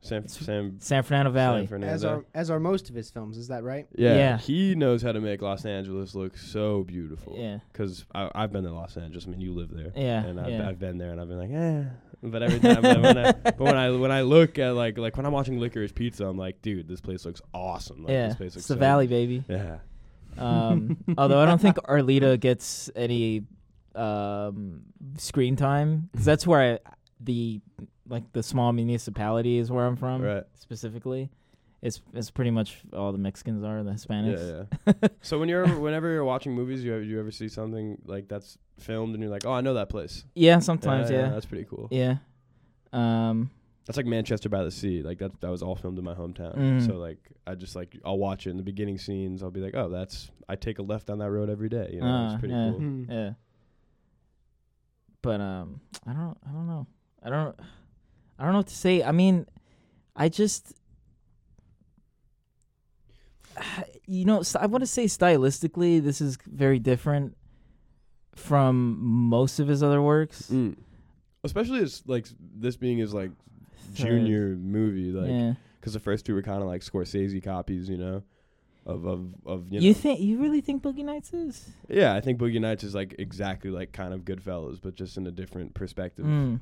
[SPEAKER 2] San
[SPEAKER 1] It's-
[SPEAKER 2] Sam
[SPEAKER 1] San Fernando Valley.
[SPEAKER 2] San
[SPEAKER 3] as
[SPEAKER 2] Fernando.
[SPEAKER 3] are as are most of his films. Is that right?
[SPEAKER 2] yeah,
[SPEAKER 1] Yeah.
[SPEAKER 2] he knows how to make Los Angeles look so beautiful.
[SPEAKER 1] yeah,
[SPEAKER 2] because I've been to Los Angeles. I mean, you live there.
[SPEAKER 1] yeah,
[SPEAKER 2] and I've,
[SPEAKER 1] yeah.
[SPEAKER 2] I've been there, and I've been like, eh. But every time, but when I, but when I when I look at like like when I'm watching Licorice Pizza, I'm like, dude, this place looks awesome. Like,
[SPEAKER 1] yeah.
[SPEAKER 2] this place
[SPEAKER 1] It's
[SPEAKER 2] looks
[SPEAKER 1] the
[SPEAKER 2] so-
[SPEAKER 1] Valley, baby.
[SPEAKER 2] Yeah,
[SPEAKER 1] Um, although I don't think Arlita gets any um, screen time because that's where I, the like the small municipality is where I'm from
[SPEAKER 2] right.
[SPEAKER 1] specifically. It's it's pretty much all the Mexicans are the Hispanics.
[SPEAKER 2] Yeah, yeah. so when you're whenever you're watching movies, you ever, you ever see something like that's filmed, and you're like, oh, I know that place.
[SPEAKER 1] Yeah, sometimes.
[SPEAKER 2] yeah,
[SPEAKER 1] Yeah,
[SPEAKER 2] that's pretty cool.
[SPEAKER 1] yeah. Um,
[SPEAKER 2] That's like Manchester by the Sea. Like that that was all filmed in my hometown.
[SPEAKER 1] Mm.
[SPEAKER 2] So like I just like I'll watch it in the beginning scenes. I'll be like, oh, that's I take a left on that road every day. You know,
[SPEAKER 1] Ah,
[SPEAKER 2] it's pretty
[SPEAKER 1] yeah.
[SPEAKER 2] cool.
[SPEAKER 1] yeah. But um, I don't, I don't know, I don't, I don't know what to say. I mean, I just, you know, s- I want to say stylistically, this is very different from most of his other works.
[SPEAKER 2] Mm. Especially as like this being his like
[SPEAKER 1] Third.
[SPEAKER 2] junior movie, like
[SPEAKER 1] yeah.
[SPEAKER 2] because the first two were kind of like Scorsese copies, you know, of of of you,
[SPEAKER 1] You,
[SPEAKER 2] know.
[SPEAKER 1] think you really think Boogie Nights is?
[SPEAKER 2] yeah, I think Boogie Nights is like exactly like kind of Goodfellas, but just in a different perspective
[SPEAKER 1] Mm,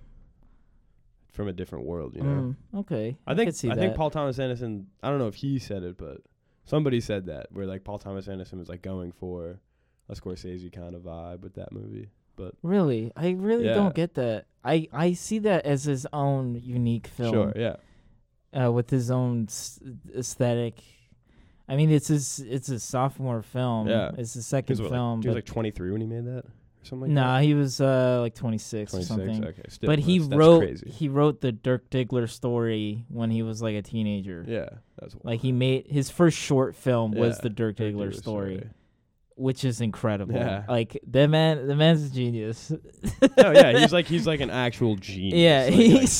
[SPEAKER 2] from a different world, you know.
[SPEAKER 1] mm, okay.
[SPEAKER 2] I think
[SPEAKER 1] could see
[SPEAKER 2] I
[SPEAKER 1] that.
[SPEAKER 2] think Paul Thomas Anderson. I don't know if he said it, but somebody said that where like Paul Thomas Anderson was like going for a Scorsese kind of vibe with that movie.
[SPEAKER 1] Really, I really
[SPEAKER 2] Yeah.
[SPEAKER 1] don't get that. I I see that as his own unique film.
[SPEAKER 2] Sure, yeah,
[SPEAKER 1] uh, with his own s- aesthetic. I mean, it's his it's his sophomore film.
[SPEAKER 2] Yeah.
[SPEAKER 1] it's his
[SPEAKER 2] he
[SPEAKER 1] second
[SPEAKER 2] was, what, like,
[SPEAKER 1] film.
[SPEAKER 2] he was
[SPEAKER 1] but
[SPEAKER 2] like 23 when he made that or something. Like
[SPEAKER 1] no,
[SPEAKER 2] that?
[SPEAKER 1] he was uh, like twenty six or
[SPEAKER 2] 26.
[SPEAKER 1] something.
[SPEAKER 2] Okay, still,
[SPEAKER 1] But he
[SPEAKER 2] that's, that's
[SPEAKER 1] wrote
[SPEAKER 2] crazy.
[SPEAKER 1] he wrote the Dirk Diggler story when he was like a teenager.
[SPEAKER 2] Yeah, that's
[SPEAKER 1] Like he made his first short film was
[SPEAKER 2] Yeah,
[SPEAKER 1] the Dirk
[SPEAKER 2] Dirk
[SPEAKER 1] Diggler
[SPEAKER 2] Diggler
[SPEAKER 1] story, which is incredible.
[SPEAKER 2] Yeah.
[SPEAKER 1] Like the man, the man's a genius.
[SPEAKER 2] oh yeah, he's like he's like an actual genius.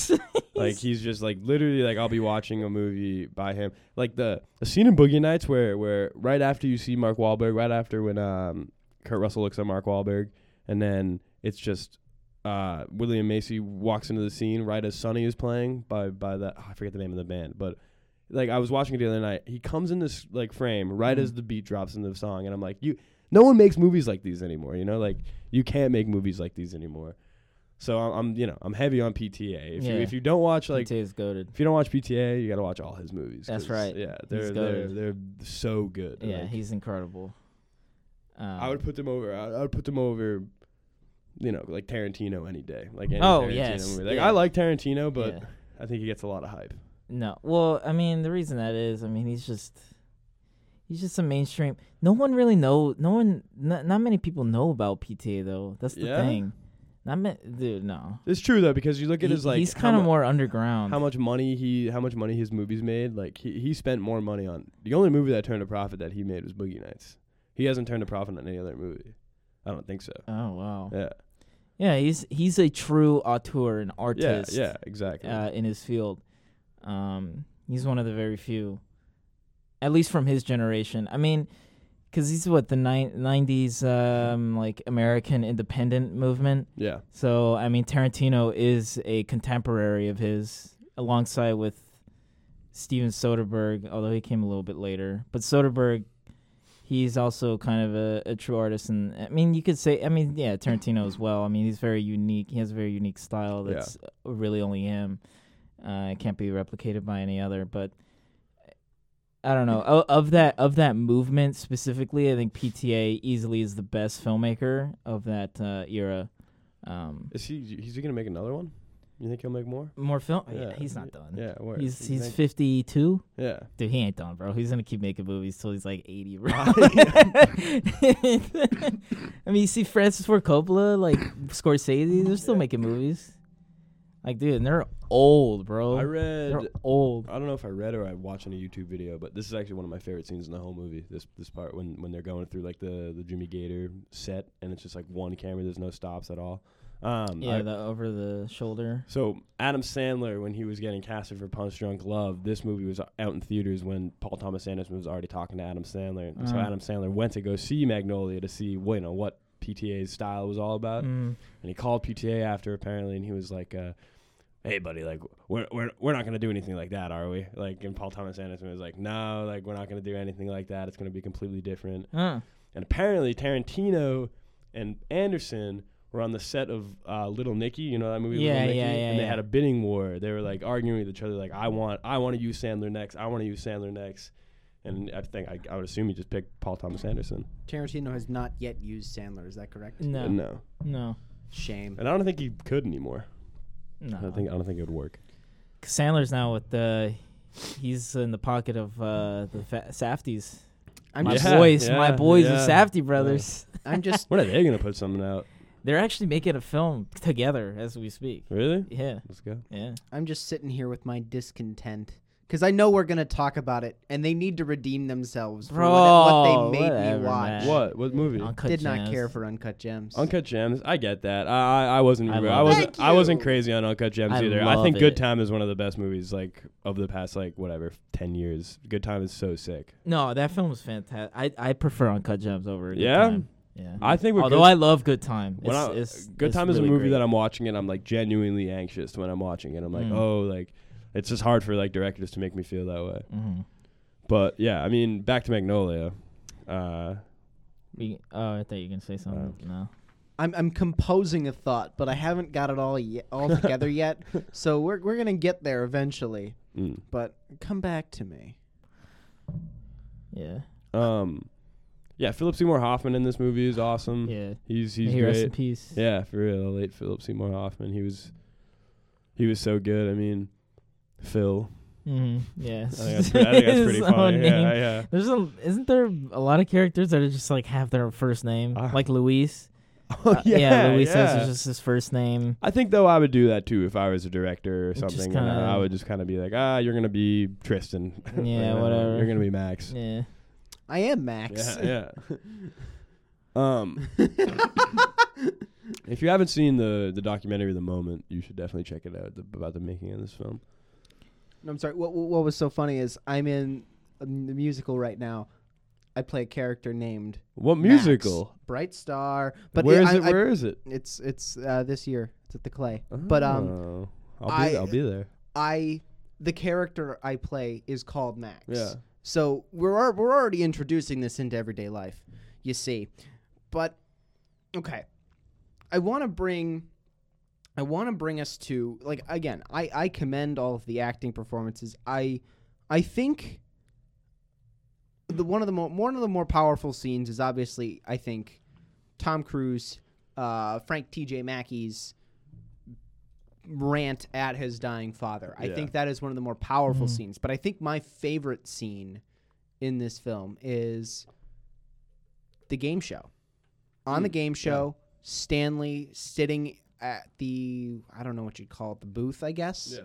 [SPEAKER 1] yeah,
[SPEAKER 2] like, like-
[SPEAKER 1] he's
[SPEAKER 2] like, he's just like literally like I'll be watching a movie by him. Like the the scene in Boogie Nights where where right after you see Mark Wahlberg, right after when um Kurt Russell looks at Mark Wahlberg, and then it's just. Uh, William Macy walks into the scene right as Sonny is playing by by that I forget the name of the band, but like I was watching it the other night. He comes in this like frame right
[SPEAKER 1] Mhm.
[SPEAKER 2] as the beat drops into the song, and I'm like, you. No one makes movies like these anymore. You know, like you can't make movies like these anymore. So I'm, I'm you know, I'm heavy on PTA. If you
[SPEAKER 1] Yeah.
[SPEAKER 2] if you don't watch like
[SPEAKER 1] T.T. is goaded.
[SPEAKER 2] if you don't watch PTA, you got to watch all his movies.
[SPEAKER 1] That's
[SPEAKER 2] 'cause,
[SPEAKER 1] right.
[SPEAKER 2] Yeah,
[SPEAKER 1] He's
[SPEAKER 2] they're they're
[SPEAKER 1] goated.
[SPEAKER 2] they're so good.
[SPEAKER 1] Yeah,
[SPEAKER 2] Like,
[SPEAKER 1] he's incredible. Um,
[SPEAKER 2] I would put them over. I, I would put them over. You know, like Tarantino any day. Like any
[SPEAKER 1] Oh,
[SPEAKER 2] Tarantino
[SPEAKER 1] yes,
[SPEAKER 2] movie. Like
[SPEAKER 1] yeah.
[SPEAKER 2] I like Tarantino, but
[SPEAKER 1] yeah.
[SPEAKER 2] I think he gets a lot of hype.
[SPEAKER 1] No. Well, I mean, the reason that is, I mean, he's just he's just a mainstream. No one really know. No one. Not, not many people know about PTA though. That's the
[SPEAKER 2] Yeah?
[SPEAKER 1] thing. Not ma- dude. No.
[SPEAKER 2] It's true though because you look at
[SPEAKER 1] He-
[SPEAKER 2] his like
[SPEAKER 1] he's
[SPEAKER 2] how
[SPEAKER 1] kind of
[SPEAKER 2] mu-
[SPEAKER 1] more underground.
[SPEAKER 2] how much money he how much money his movies made. Like he, he spent more money on the only movie that turned a profit that he made was Boogie Nights. He hasn't turned a profit on any other movie. I don't think so.
[SPEAKER 1] oh wow.
[SPEAKER 2] Yeah.
[SPEAKER 1] Yeah. He's he's a true auteur and artist.
[SPEAKER 2] Yeah, yeah, exactly.
[SPEAKER 1] Uh, in his field, um, he's one of the very few. at least from his generation. I mean, because he's what the ni- '90s um, like American independent movement.
[SPEAKER 2] Yeah.
[SPEAKER 1] So I mean, Tarantino is a contemporary of his, alongside with Steven Soderbergh, although he came a little bit later. But Soderbergh, he's also kind of a, a true artist, and I mean, you could say, I mean, yeah, Tarantino as well. I mean, he's very unique. He has a very unique style
[SPEAKER 2] Yeah.
[SPEAKER 1] that's really only him. Uh, it can't be replicated by any other. But I don't know o- of that of that movement specifically. I think PTA easily is the best filmmaker of that uh, era. Um,
[SPEAKER 2] Is he? Is he gonna make another one? You think he'll make more?
[SPEAKER 1] more film? Oh, Yeah,
[SPEAKER 2] Yeah.
[SPEAKER 1] he's not done.
[SPEAKER 2] Yeah. Where?
[SPEAKER 1] He's
[SPEAKER 2] You
[SPEAKER 1] he's
[SPEAKER 2] think?
[SPEAKER 1] fifty two.
[SPEAKER 2] yeah.
[SPEAKER 1] Dude, he ain't done, bro. He's gonna keep making movies till he's like eighty, bro.
[SPEAKER 2] Ah,
[SPEAKER 1] I mean, you see Francis Ford Coppola, like Scorsese, they're still
[SPEAKER 2] Yeah.
[SPEAKER 1] making movies. Like, dude, and they're old, bro.
[SPEAKER 2] I read.
[SPEAKER 1] Oh.
[SPEAKER 2] Um,
[SPEAKER 1] they're old.
[SPEAKER 2] I don't know if I read or I watched on a YouTube video, but this is actually one of my favorite scenes in the whole movie. This this part when when they're going through like the the Jimmy Gator set, and it's just like one camera. There's no stops at all. Um,
[SPEAKER 1] Yeah,
[SPEAKER 2] I-
[SPEAKER 1] the over the shoulder.
[SPEAKER 2] So Adam Sandler, when he was getting casted for Punch Drunk Love, this movie was out in theaters when Paul Thomas Anderson was already talking to Adam Sandler. So
[SPEAKER 1] Uh.
[SPEAKER 2] Adam Sandler went to go see Magnolia to see, well, you know, what PTA's style was all about.
[SPEAKER 1] Mm.
[SPEAKER 2] And he called PTA after apparently, and he was like, uh, "Hey, buddy, like we're we're we're not gonna do anything like that, are we?" Like, and Paul Thomas Anderson was like, "No, like we're not gonna do anything like that. It's gonna be completely different."
[SPEAKER 1] Huh.
[SPEAKER 2] And apparently Tarantino and Anderson were on the set of uh, Little Nicky, you know that movie
[SPEAKER 1] Yeah,
[SPEAKER 2] Little Nicky,
[SPEAKER 1] yeah, yeah,
[SPEAKER 2] and they
[SPEAKER 1] yeah.
[SPEAKER 2] had a bidding war. They were like arguing with each other like I want I want to use Sandler next. I want to use Sandler next. And I think I, I would assume you just picked Paul Thomas Anderson.
[SPEAKER 3] Tarantino has not yet used Sandler. Is that correct?
[SPEAKER 1] No, no,
[SPEAKER 2] no.
[SPEAKER 1] no.
[SPEAKER 3] Shame.
[SPEAKER 2] And I don't think he could anymore. I don't think I don't think it would work.
[SPEAKER 1] Sandler's now with the. He's in the pocket of uh, the fa- Safties.
[SPEAKER 3] I'm
[SPEAKER 1] my
[SPEAKER 3] just.
[SPEAKER 2] Yeah,
[SPEAKER 1] boys, my
[SPEAKER 2] yeah,
[SPEAKER 1] boys,
[SPEAKER 2] yeah,
[SPEAKER 1] the Safety brothers.
[SPEAKER 3] I'm just.
[SPEAKER 2] When are they gonna put something out?
[SPEAKER 1] They're actually making a film together as we speak.
[SPEAKER 2] Really?
[SPEAKER 1] Yeah,
[SPEAKER 2] Let's go.
[SPEAKER 1] yeah.
[SPEAKER 3] I'm just sitting here with my discontent because I know we're gonna talk about it, and they need to redeem themselves for what,
[SPEAKER 1] Bro,
[SPEAKER 3] what they made
[SPEAKER 1] whatever,
[SPEAKER 3] me watch.
[SPEAKER 1] man.
[SPEAKER 2] What? What movie?
[SPEAKER 1] Uncut
[SPEAKER 3] Did not
[SPEAKER 1] Gems.
[SPEAKER 3] care for Uncut Gems.
[SPEAKER 2] Uncut Gems. I get that. I I, I wasn't
[SPEAKER 1] I
[SPEAKER 2] I,
[SPEAKER 1] love it.
[SPEAKER 2] wasn't
[SPEAKER 3] Thank
[SPEAKER 2] I wasn't
[SPEAKER 3] you.
[SPEAKER 2] crazy on Uncut Gems
[SPEAKER 1] I
[SPEAKER 2] either. I
[SPEAKER 1] love
[SPEAKER 2] think Good
[SPEAKER 1] it.
[SPEAKER 2] Time is one of the best movies like of the past like whatever ten years. Good Time is so sick.
[SPEAKER 1] No, that film was fantastic. I, I prefer Uncut Gems over. Good
[SPEAKER 2] Yeah?
[SPEAKER 1] Time. yeah.
[SPEAKER 2] I think we're
[SPEAKER 1] Although
[SPEAKER 2] good,
[SPEAKER 1] I love Good Time.
[SPEAKER 2] when
[SPEAKER 1] It's-
[SPEAKER 2] I-
[SPEAKER 1] it's-
[SPEAKER 2] Good
[SPEAKER 1] it's
[SPEAKER 2] Time is
[SPEAKER 1] really
[SPEAKER 2] a movie
[SPEAKER 1] great.
[SPEAKER 2] that I'm watching and I'm like genuinely anxious when I'm watching it. I'm like
[SPEAKER 1] Mm.
[SPEAKER 2] oh like it's just hard for like directors to make me feel that way.
[SPEAKER 1] Mhm.
[SPEAKER 2] But yeah, I mean back to Magnolia. Uh,
[SPEAKER 1] We, oh, I thought you were gonna say something. no.
[SPEAKER 3] I'm, I'm composing a thought, but I haven't got it all ye- all together yet. So we're we're gonna get there eventually.
[SPEAKER 2] mm.
[SPEAKER 3] But come back to me.
[SPEAKER 1] Yeah.
[SPEAKER 2] um, yeah, Philip Seymour Hoffman in this movie is awesome.
[SPEAKER 1] Yeah.
[SPEAKER 2] mm, He's
[SPEAKER 1] May
[SPEAKER 2] he's
[SPEAKER 1] he
[SPEAKER 2] great.
[SPEAKER 1] rest in peace.
[SPEAKER 2] Yeah, for real. The late Philip Seymour Hoffman. He was he was so good. I mean, Phil.
[SPEAKER 1] Mhm. Yeah.
[SPEAKER 2] I think that's, pre- I think that's pretty
[SPEAKER 1] His
[SPEAKER 2] funny.
[SPEAKER 1] own
[SPEAKER 2] Yeah,
[SPEAKER 1] name.
[SPEAKER 2] yeah.
[SPEAKER 1] There's a isn't there a lot of characters that are just like have their first name,
[SPEAKER 2] Ah. Oh,
[SPEAKER 1] like Luis. Uh, Luis has just his first name.
[SPEAKER 2] I think though I would do that too if I was a director or
[SPEAKER 1] Just
[SPEAKER 2] something. and
[SPEAKER 1] kinda-
[SPEAKER 2] I would just kind of be like, ah, you're gonna be Tristan.
[SPEAKER 1] Yeah,
[SPEAKER 2] You know,
[SPEAKER 1] whatever.
[SPEAKER 2] You're gonna be Max.
[SPEAKER 1] Yeah.
[SPEAKER 3] I am Max.
[SPEAKER 2] Yeah, yeah. um, if you haven't seen the the documentary The Moment, you should definitely check it out the, about the making of this film.
[SPEAKER 3] No, I'm sorry. What, what what was so funny is I'm in um, the musical right now. I play a character named
[SPEAKER 2] What
[SPEAKER 3] Max,
[SPEAKER 2] musical?
[SPEAKER 3] Bright Star. But
[SPEAKER 2] where is
[SPEAKER 3] I-
[SPEAKER 2] it?
[SPEAKER 3] I-
[SPEAKER 2] Where is it?
[SPEAKER 3] it's it's uh, this year. It's at the Clay. But um,
[SPEAKER 2] Oh, I'll be,
[SPEAKER 3] I-
[SPEAKER 2] I'll be there.
[SPEAKER 3] I the character I play is called Max.
[SPEAKER 2] Yeah.
[SPEAKER 3] So we're al- we're already introducing this into everyday life, you see. But okay, I want to bring, I want to bring us to like again. I I commend all of the acting performances. I I think the one of the more one of the more powerful scenes is obviously I think Tom Cruise, uh, Frank T J Mackey's rant at his dying father. I
[SPEAKER 2] Yeah.
[SPEAKER 3] think that is one of the more powerful
[SPEAKER 1] Mhm.
[SPEAKER 3] scenes. But I think my favorite scene in this film is the game show. On
[SPEAKER 2] Hmm,
[SPEAKER 3] the game show, Stanley sitting at the I don't know what you'd call it, the booth, I guess.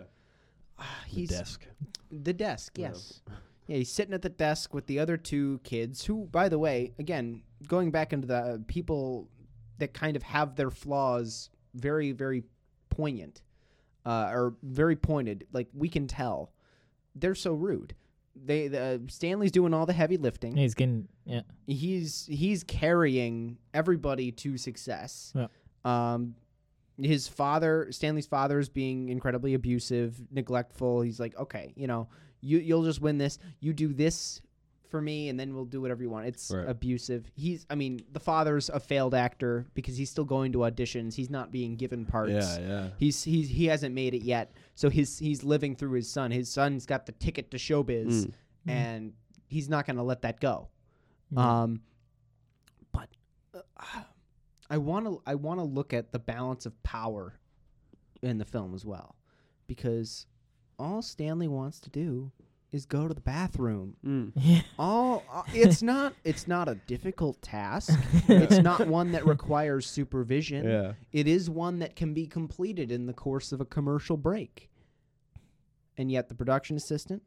[SPEAKER 3] Ah,
[SPEAKER 2] The
[SPEAKER 3] he's
[SPEAKER 2] desk.
[SPEAKER 3] the desk,
[SPEAKER 2] Yeah.
[SPEAKER 3] yes. Yeah, he's sitting at the desk with the other two kids, who, by the way, again, going back into the uh, people that kind of have their flaws very, very poignant uh, or very pointed. Like, we can tell. They're so rude. They the, Stanley's doing all the heavy lifting.
[SPEAKER 1] He's getting yeah.
[SPEAKER 3] he's he's carrying everybody to success.
[SPEAKER 1] Yeah.
[SPEAKER 3] Um, his father, Stanley's father, is being incredibly abusive, neglectful. He's like, okay, you know, you you'll just win this. You do this for me, and then we'll do whatever you want. It's
[SPEAKER 2] Right.
[SPEAKER 3] abusive. He's, I mean, the father's a failed actor because he's still going to auditions. He's not being given parts.
[SPEAKER 2] Yeah, yeah.
[SPEAKER 3] He's he's he hasn't made it yet. So his he's living through his son. His son's got the ticket to showbiz,
[SPEAKER 2] Mm.
[SPEAKER 3] and he's not going to let that go.
[SPEAKER 1] Yeah.
[SPEAKER 3] Um, but uh, I want to I want to look at the balance of power in the film as well, because all Stanley wants to do is go to the bathroom.
[SPEAKER 2] Mm.
[SPEAKER 3] All uh, it's not it's not a difficult task. It's not one that requires supervision.
[SPEAKER 2] Yeah.
[SPEAKER 3] It is one that can be completed in the course of a commercial break. And yet the production assistant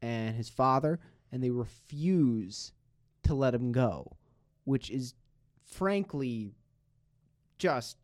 [SPEAKER 3] and his father and they refuse to let him go, which is frankly just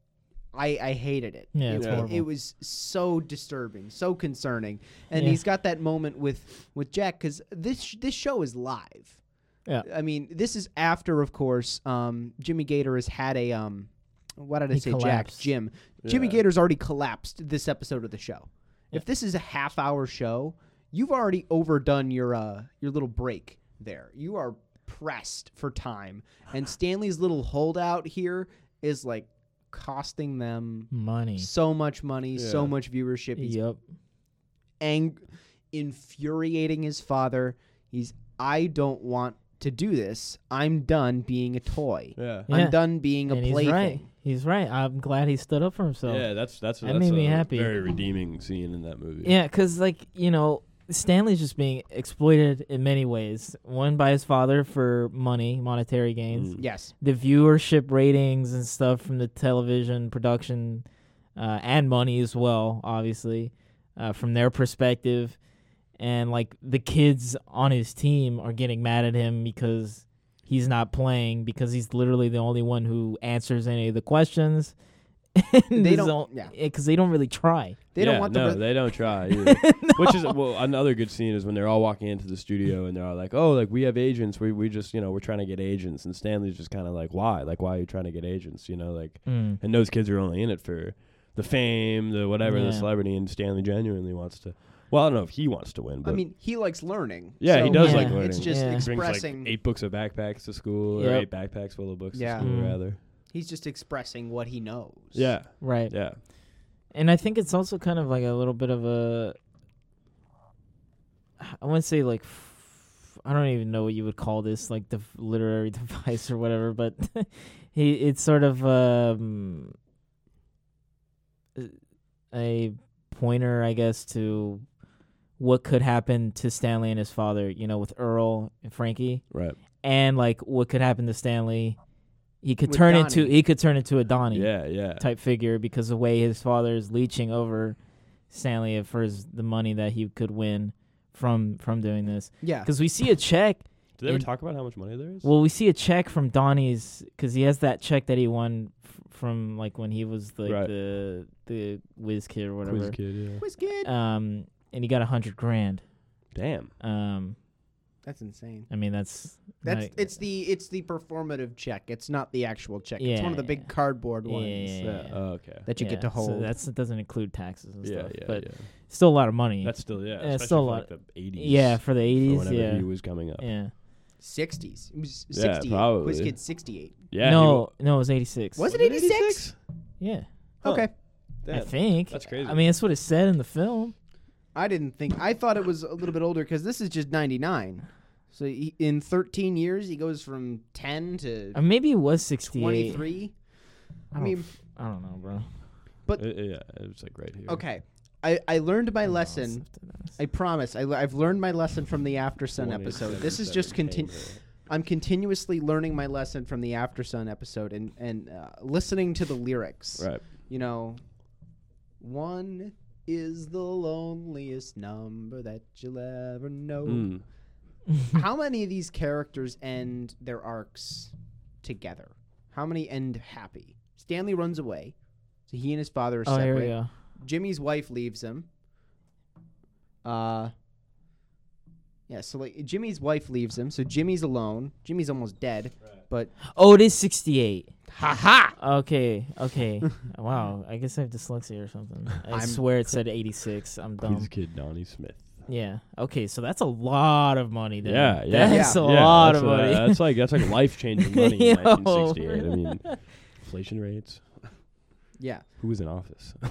[SPEAKER 3] I, I hated it.
[SPEAKER 1] Yeah, it's
[SPEAKER 3] it, it,
[SPEAKER 1] horrible.
[SPEAKER 3] it was so disturbing, so concerning. And
[SPEAKER 1] Yeah.
[SPEAKER 3] he's got that moment with with Jack cuz this sh- this show is live.
[SPEAKER 1] Yeah.
[SPEAKER 3] I mean, this is after of course um, Jimmy Gator has had a um why did I
[SPEAKER 1] He
[SPEAKER 3] say
[SPEAKER 1] collapsed.
[SPEAKER 3] Jack? Jim. Jimmy
[SPEAKER 2] Yeah.
[SPEAKER 3] Gator's already collapsed this episode of the show.
[SPEAKER 1] Yeah.
[SPEAKER 3] If this is a half hour show, you've already overdone your uh your little break there. You are pressed for time. And Stanley's little holdout here is like costing them
[SPEAKER 1] Money.
[SPEAKER 3] so much money, so
[SPEAKER 2] Yeah.
[SPEAKER 3] much viewership. He's
[SPEAKER 1] Yep.
[SPEAKER 3] ang- infuriating his father. He's I don't want to do this. I'm done being a toy.
[SPEAKER 2] Yeah.
[SPEAKER 1] Yeah.
[SPEAKER 3] I'm done being a
[SPEAKER 1] And he's
[SPEAKER 3] plaything.
[SPEAKER 1] right. He's right. I'm glad he stood up for himself.
[SPEAKER 2] yeah, that's that's
[SPEAKER 1] that
[SPEAKER 2] that's
[SPEAKER 1] made
[SPEAKER 2] a
[SPEAKER 1] me happy.
[SPEAKER 2] very redeeming scene in that movie.
[SPEAKER 1] Yeah, because like you know, Stanley's just being exploited in many ways. One by his father for money, monetary gains.
[SPEAKER 2] Mm.
[SPEAKER 3] Yes.
[SPEAKER 1] The viewership ratings and stuff from the television production, uh, and money as well, obviously, uh, from their perspective, and like the kids on his team are getting mad at him because he's not playing because he's literally the only one who answers any of the questions. And
[SPEAKER 3] They
[SPEAKER 1] he's
[SPEAKER 3] don't-
[SPEAKER 1] the on-
[SPEAKER 3] yeah.
[SPEAKER 1] yeah, 'cause they don't really try.
[SPEAKER 3] They
[SPEAKER 2] Yeah,
[SPEAKER 3] don't want
[SPEAKER 2] no,
[SPEAKER 3] the
[SPEAKER 2] they don't try. Either. Which is well, another good scene is when they're all walking into the studio and they're all like, "Oh, like we have agents. We we just you know we're trying to get agents." And Stanley's just kind of like, "Why? Like why are you trying to get agents? You know, like."
[SPEAKER 1] Mm.
[SPEAKER 2] And those kids are only in it for the fame, the whatever,
[SPEAKER 1] Yeah.
[SPEAKER 2] the celebrity. And Stanley genuinely wants to. Well, I don't know if he wants to win,
[SPEAKER 3] I
[SPEAKER 2] but
[SPEAKER 3] mean, he likes learning.
[SPEAKER 2] yeah, he
[SPEAKER 3] so
[SPEAKER 2] does
[SPEAKER 1] Yeah.
[SPEAKER 2] like learning.
[SPEAKER 3] It's just
[SPEAKER 1] Yeah.
[SPEAKER 2] He brings like
[SPEAKER 3] expressing.
[SPEAKER 2] eight books of backpacks to school, or
[SPEAKER 1] Yep.
[SPEAKER 2] eight backpacks full of books
[SPEAKER 3] Yeah.
[SPEAKER 2] to school,
[SPEAKER 1] Mm.
[SPEAKER 2] rather.
[SPEAKER 3] he's just expressing what he knows.
[SPEAKER 2] Yeah,
[SPEAKER 1] Right.
[SPEAKER 2] yeah.
[SPEAKER 1] And I think it's also kind of like a little bit of a. I want to say like, f- I don't even know what you would call this, like the literary device or whatever. But he, it's sort of um, a pointer, I guess, to what could happen to Stanley and his father. You know, with Earl and Frankie,
[SPEAKER 2] Right.
[SPEAKER 1] and like what could happen to Stanley. He could
[SPEAKER 3] With
[SPEAKER 1] turn into
[SPEAKER 3] Donnie.
[SPEAKER 1] he could turn into a Donnie
[SPEAKER 2] Yeah, yeah.
[SPEAKER 1] type figure because the way his father is leeching over Stanley for his, the money that he could win from from doing this.
[SPEAKER 3] Yeah.
[SPEAKER 1] Because we see a check.
[SPEAKER 2] Do they ever
[SPEAKER 1] And-
[SPEAKER 2] talk about how much money there is?
[SPEAKER 1] Well, we see a check from Donnie's because he has that check that he won f- from like when he was like
[SPEAKER 2] Right.
[SPEAKER 1] the the whiz kid or
[SPEAKER 2] Quiz
[SPEAKER 1] whatever.
[SPEAKER 2] kid, yeah.
[SPEAKER 3] Whiz kid.
[SPEAKER 1] Um, and he got a hundred grand.
[SPEAKER 2] Damn.
[SPEAKER 1] Um,
[SPEAKER 3] That's insane.
[SPEAKER 1] I mean that's
[SPEAKER 3] That's
[SPEAKER 1] not-
[SPEAKER 3] it's the it's the performative check. It's not the actual check. it's
[SPEAKER 1] Yeah,
[SPEAKER 3] one of the big
[SPEAKER 1] yeah.
[SPEAKER 3] cardboard
[SPEAKER 1] Yeah,
[SPEAKER 3] ones
[SPEAKER 1] yeah, yeah.
[SPEAKER 2] Yeah. Oh, okay.
[SPEAKER 3] that you
[SPEAKER 1] yeah,
[SPEAKER 3] get to hold.
[SPEAKER 1] So that's it doesn't include taxes and
[SPEAKER 2] Yeah,
[SPEAKER 1] stuff,
[SPEAKER 2] yeah,
[SPEAKER 1] but
[SPEAKER 2] yeah.
[SPEAKER 1] still a lot of money.
[SPEAKER 2] That's still yeah.
[SPEAKER 1] Yeah, it's
[SPEAKER 2] especially
[SPEAKER 1] still a
[SPEAKER 2] for,
[SPEAKER 1] lot.
[SPEAKER 2] Like the 80s.
[SPEAKER 1] yeah, for the
[SPEAKER 2] or
[SPEAKER 1] eighties.
[SPEAKER 2] whenever
[SPEAKER 1] Yeah,
[SPEAKER 2] he was coming up.
[SPEAKER 1] yeah.
[SPEAKER 3] 60s. It was
[SPEAKER 2] Yeah,
[SPEAKER 3] 68. Whiz
[SPEAKER 2] probably.
[SPEAKER 3] kid 68.
[SPEAKER 2] Yeah. he
[SPEAKER 1] no, no, it was eighty six.
[SPEAKER 3] Was it
[SPEAKER 2] Was it
[SPEAKER 3] 86?
[SPEAKER 2] 86?
[SPEAKER 1] Yeah,
[SPEAKER 2] Huh.
[SPEAKER 3] Okay.
[SPEAKER 2] wa-
[SPEAKER 1] I
[SPEAKER 2] Damn.
[SPEAKER 1] think
[SPEAKER 2] That's crazy.
[SPEAKER 1] I mean, that's what it said in the film.
[SPEAKER 3] I didn't think. I thought it was a little bit older because this is just 99. So he, in 13 years, he goes from 10 to
[SPEAKER 1] Or maybe it was sixty eight.
[SPEAKER 3] 23.
[SPEAKER 1] I
[SPEAKER 3] I
[SPEAKER 1] mean,
[SPEAKER 3] mean,
[SPEAKER 1] I don't know, bro.
[SPEAKER 2] Uh, yeah, it was like right here.
[SPEAKER 3] okay. I, I learned my lesson I
[SPEAKER 1] I,
[SPEAKER 3] promise. I, have learned my lesson from the After Sun
[SPEAKER 2] 20,
[SPEAKER 3] episode. This is
[SPEAKER 2] 77
[SPEAKER 3] just continu-
[SPEAKER 2] came here.
[SPEAKER 3] I'm continuously learning my lesson from the After Sun episode and and uh, listening to the lyrics.
[SPEAKER 2] Right.
[SPEAKER 3] You know, one is the loneliest number that you'll ever know.
[SPEAKER 2] Mm.
[SPEAKER 3] How many of these characters end their arcs together? How many end happy? Stanley runs away, so he and his father are
[SPEAKER 1] oh,
[SPEAKER 3] separate.
[SPEAKER 1] here we go.
[SPEAKER 3] Jimmy's wife leaves him. Uh, Yeah, so like Jimmy's wife leaves him, so Jimmy's alone. Jimmy's almost dead, but
[SPEAKER 1] Oh, it is 68.
[SPEAKER 3] ha ha.
[SPEAKER 1] Okay, okay. wow, I guess I have dyslexia or something. I
[SPEAKER 3] I'm-
[SPEAKER 1] swear it said 86. I'm dumb.
[SPEAKER 2] His kid Donnie Smith.
[SPEAKER 1] Yeah. Okay, so that's a lot of money there.
[SPEAKER 2] Yeah, yeah.
[SPEAKER 1] That's a
[SPEAKER 3] Yeah.
[SPEAKER 1] lot
[SPEAKER 2] that's
[SPEAKER 1] of money.
[SPEAKER 2] that's like that's like life changing money in
[SPEAKER 1] Yo.
[SPEAKER 2] 1968. I mean, inflation rates.
[SPEAKER 3] Yeah.
[SPEAKER 2] Who was in office?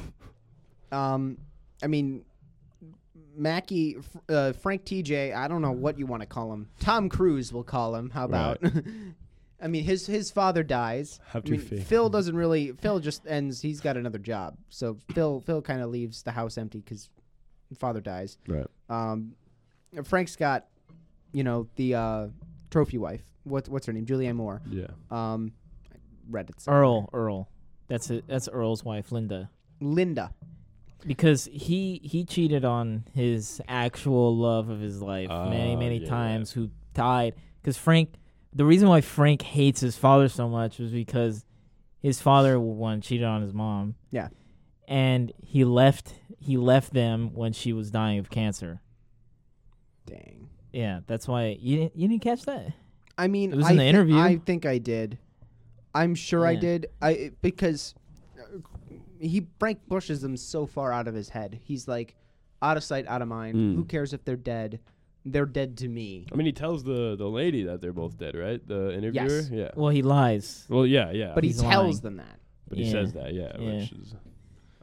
[SPEAKER 3] Um, I mean, Mackie, F- uh, Frank TJ. I don't know what you want to call him. Tom Cruise, we'll call him. How about? I mean, his his father dies.
[SPEAKER 2] Have
[SPEAKER 3] I
[SPEAKER 2] to
[SPEAKER 3] mean,
[SPEAKER 2] fake.
[SPEAKER 3] Phil doesn't really. Phil just ends. He's got another job, so Phil Phil kind of leaves the house empty because father dies.
[SPEAKER 2] Right.
[SPEAKER 3] Um, Frank's got, you know, the uh, trophy wife. What what's her name? Julianne Moore.
[SPEAKER 2] Yeah.
[SPEAKER 3] Um, I read it. somewhere.
[SPEAKER 1] Earl, Earl. That's it. That's Earl's wife, Linda.
[SPEAKER 3] Linda.
[SPEAKER 1] Because he he cheated on his actual love of his life many
[SPEAKER 2] Oh,
[SPEAKER 1] many
[SPEAKER 2] yeah.
[SPEAKER 1] times. Who died? Because Frank. The reason why Frank hates his father so much was because his father one cheated on his mom.
[SPEAKER 3] Yeah.
[SPEAKER 1] And he left he left them when she was dying of cancer.
[SPEAKER 3] Dang.
[SPEAKER 1] Yeah, that's why you didn't, you didn't catch that.
[SPEAKER 3] I mean,
[SPEAKER 1] It was
[SPEAKER 3] I
[SPEAKER 1] in the
[SPEAKER 3] thi-
[SPEAKER 1] interview.
[SPEAKER 3] I think I did. I'm sure I
[SPEAKER 1] Yeah.
[SPEAKER 3] did. I because uh, he Frank pushes them so far out of his head. He's like, out of sight, out of mind.
[SPEAKER 2] Mm.
[SPEAKER 1] Hmm.
[SPEAKER 3] Who cares if they're dead? They're dead to me.
[SPEAKER 2] I mean, he tells the the lady that they're both dead, right? The interviewer.
[SPEAKER 3] Yes.
[SPEAKER 2] Yeah.
[SPEAKER 1] Well, he lies.
[SPEAKER 2] Well, yeah, yeah.
[SPEAKER 3] But he
[SPEAKER 1] He's lying.
[SPEAKER 3] tells them that.
[SPEAKER 2] but he
[SPEAKER 1] Yeah.
[SPEAKER 2] says that, yeah,
[SPEAKER 1] Yeah.
[SPEAKER 2] which is